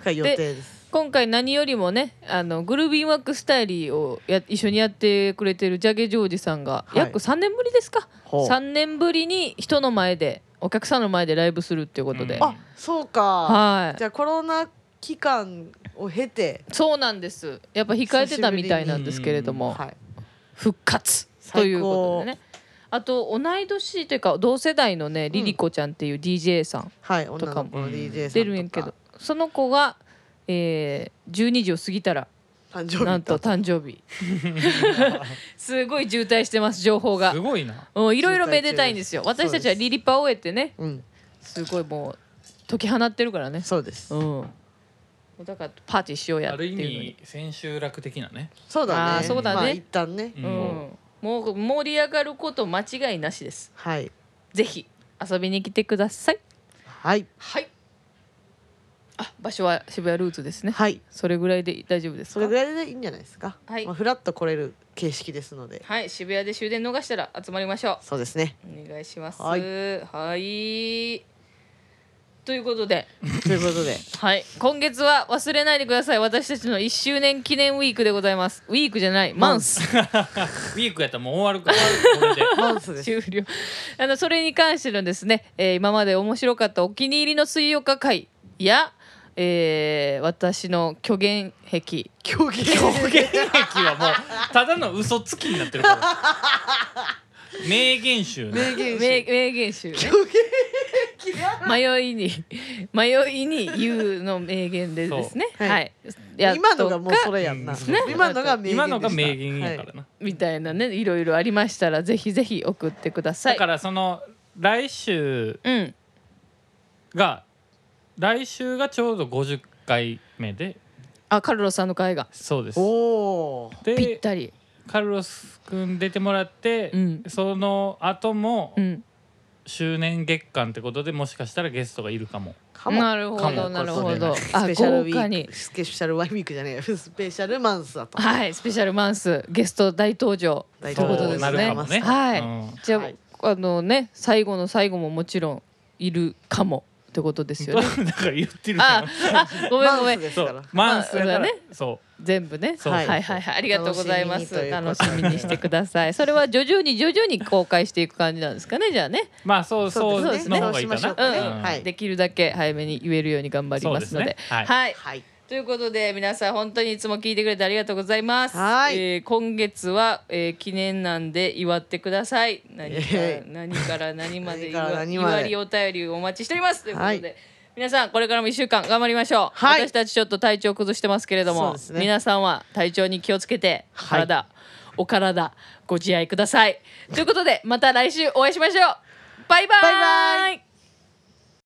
A: 深い予定です
B: 今回何よりもねあのグルービンワックスタイリーをや一緒にやってくれてるジャゲジョージさんが
A: はい
B: 約3年ぶりですか、
A: ほう
B: 3年ぶりに人の前でお客さんの前でライブするっていうことで、
C: うん
A: あそうか
B: は
A: じゃあコロナ期間を経て
B: いそうなんですやっぱ控えてたみたいなんですけれども、
A: はい
B: 復活ということでねあと同い年というか同世代のねリリコちゃんっていう DJ さん
A: はい女の
B: と
A: 子
C: かも
A: の DJ さんとか
B: 出るんやけどその子が、えー、12時を過ぎたら
A: 誕生日
B: なんと誕生日すごい渋滞してます情報が
C: すごいな
B: うんいろいろめでたいんですよ
A: 渋滞中です
B: 私たちはリリパを終えてね
A: うん
B: すごいもう解き放ってるからね
A: そうです
B: うんだからパーティーしようや
C: あ
B: って
C: る
B: いう
C: 意
B: のに
C: 味千秋楽的なね
A: そうだ
B: あ
A: ね
B: ーそうだね
A: まあ一旦ね
C: う
B: うんんもう盛り上がること間違いなしです
A: はい
B: ぜひ遊びに来てください
A: はい
B: はいあ場所は渋谷ルーツですね
A: はい
B: それぐらいで大丈夫です
A: そ
B: か
A: れぐらいでいいんじゃないですか
B: はい
A: まあフラッと来れる形式ですので
B: はい渋谷で終電逃したら集まりましょう
A: そうですね
B: お願いします。は
A: はいい。
B: ということで、
A: という ことで
B: はい、今月は忘れないでください。私たちの1周年記念ウィークでございます。ウィークじゃない、マンス。
C: ウィークやったらもう終わるからこれで
A: マンスです
B: 終了。あの、それに関してのですね、えー今まで面白かったお気に入りの水曜日会や、えー私の虚言癖。
A: 狂言
C: 表現益はもうただの嘘つきになってるから名言集
A: 名
C: ね
A: 言
B: 名
A: 集
B: 名言集、ね、迷いに迷いに言うの名言でですね
A: そう
B: はい、やっ
A: 今の
B: とか
A: がもうそれやんな
C: うんね
A: 今のが名言でした
C: 今のが名言やからな、
B: みたいなねいろいろありましたらぜひぜひ送ってください
C: だからその来週
B: うん
C: が来週がちょうど50回目で
B: あカルロスさんの会が
C: そうです
A: おお
B: ぴ
C: で
B: ったり
C: カルロス君出てもらって、
B: うん
C: その後も
B: うん
C: 周年月間ってことでもしかしたらゲストがいるかも
A: かも
B: なるほ
C: か
B: ど
C: も
B: なるほ
C: か
B: ど
C: も
B: あ
A: スペシャルウ
B: 豪
A: ィ
B: 華
A: ー
B: に
A: クスペシャルワイウィークじゃねえよスペシャルマンスだと
B: はいスペシャルマンスゲスト大登場
A: 大
B: という
A: 登
B: こ
A: 場
B: とです
C: なる
B: ね
C: かもね
B: はい
C: うん
B: じゃあ、
A: はい
B: あのね最後の最後ももちろんいるかもってことですよね
C: だから言ってる
B: あ
C: やん
B: あごめんご
A: マ
B: め
A: ンス
B: ん
A: です
C: そ
A: から
C: うマンスやか
B: まあ
C: ら
B: そうだ
C: そ
B: 全部ね
C: そう
B: はいはい
A: そう
B: はいありがとうございます楽
A: 楽
B: し
A: し
B: み
A: みにということで
B: にしてくださいそれは徐々に徐々に公開していく感じなんですかねじゃあね
C: うまあそうそう
B: そうですね
C: の方がいいか
A: そうしましょ
C: な
A: うかね
B: うん
A: はい
B: できるだけ早めに言えるように頑張りますので。
C: そうですねはい
B: はい
A: はい
B: ということで皆さん本当にいつも聞いてくれてありがとうございます。
A: はい
B: えー今月は、えー記念なんで祝ってください。何か
A: えい
B: 何から何まで
A: 何から
B: 祝
A: 何まで
B: 祝いお便りお待ちしておりますということで。
A: はい
B: 皆さんこれからも1週間頑張りましょう、
A: はい
B: 私たちちょっと体調崩してますけれど
A: そう
B: も、
A: ですね
B: 皆さんは体調に気をつけて
A: はい
B: 体、お体ご自愛くださいということでまた来週お会いしましょうバイバイ
A: バイバ
B: イ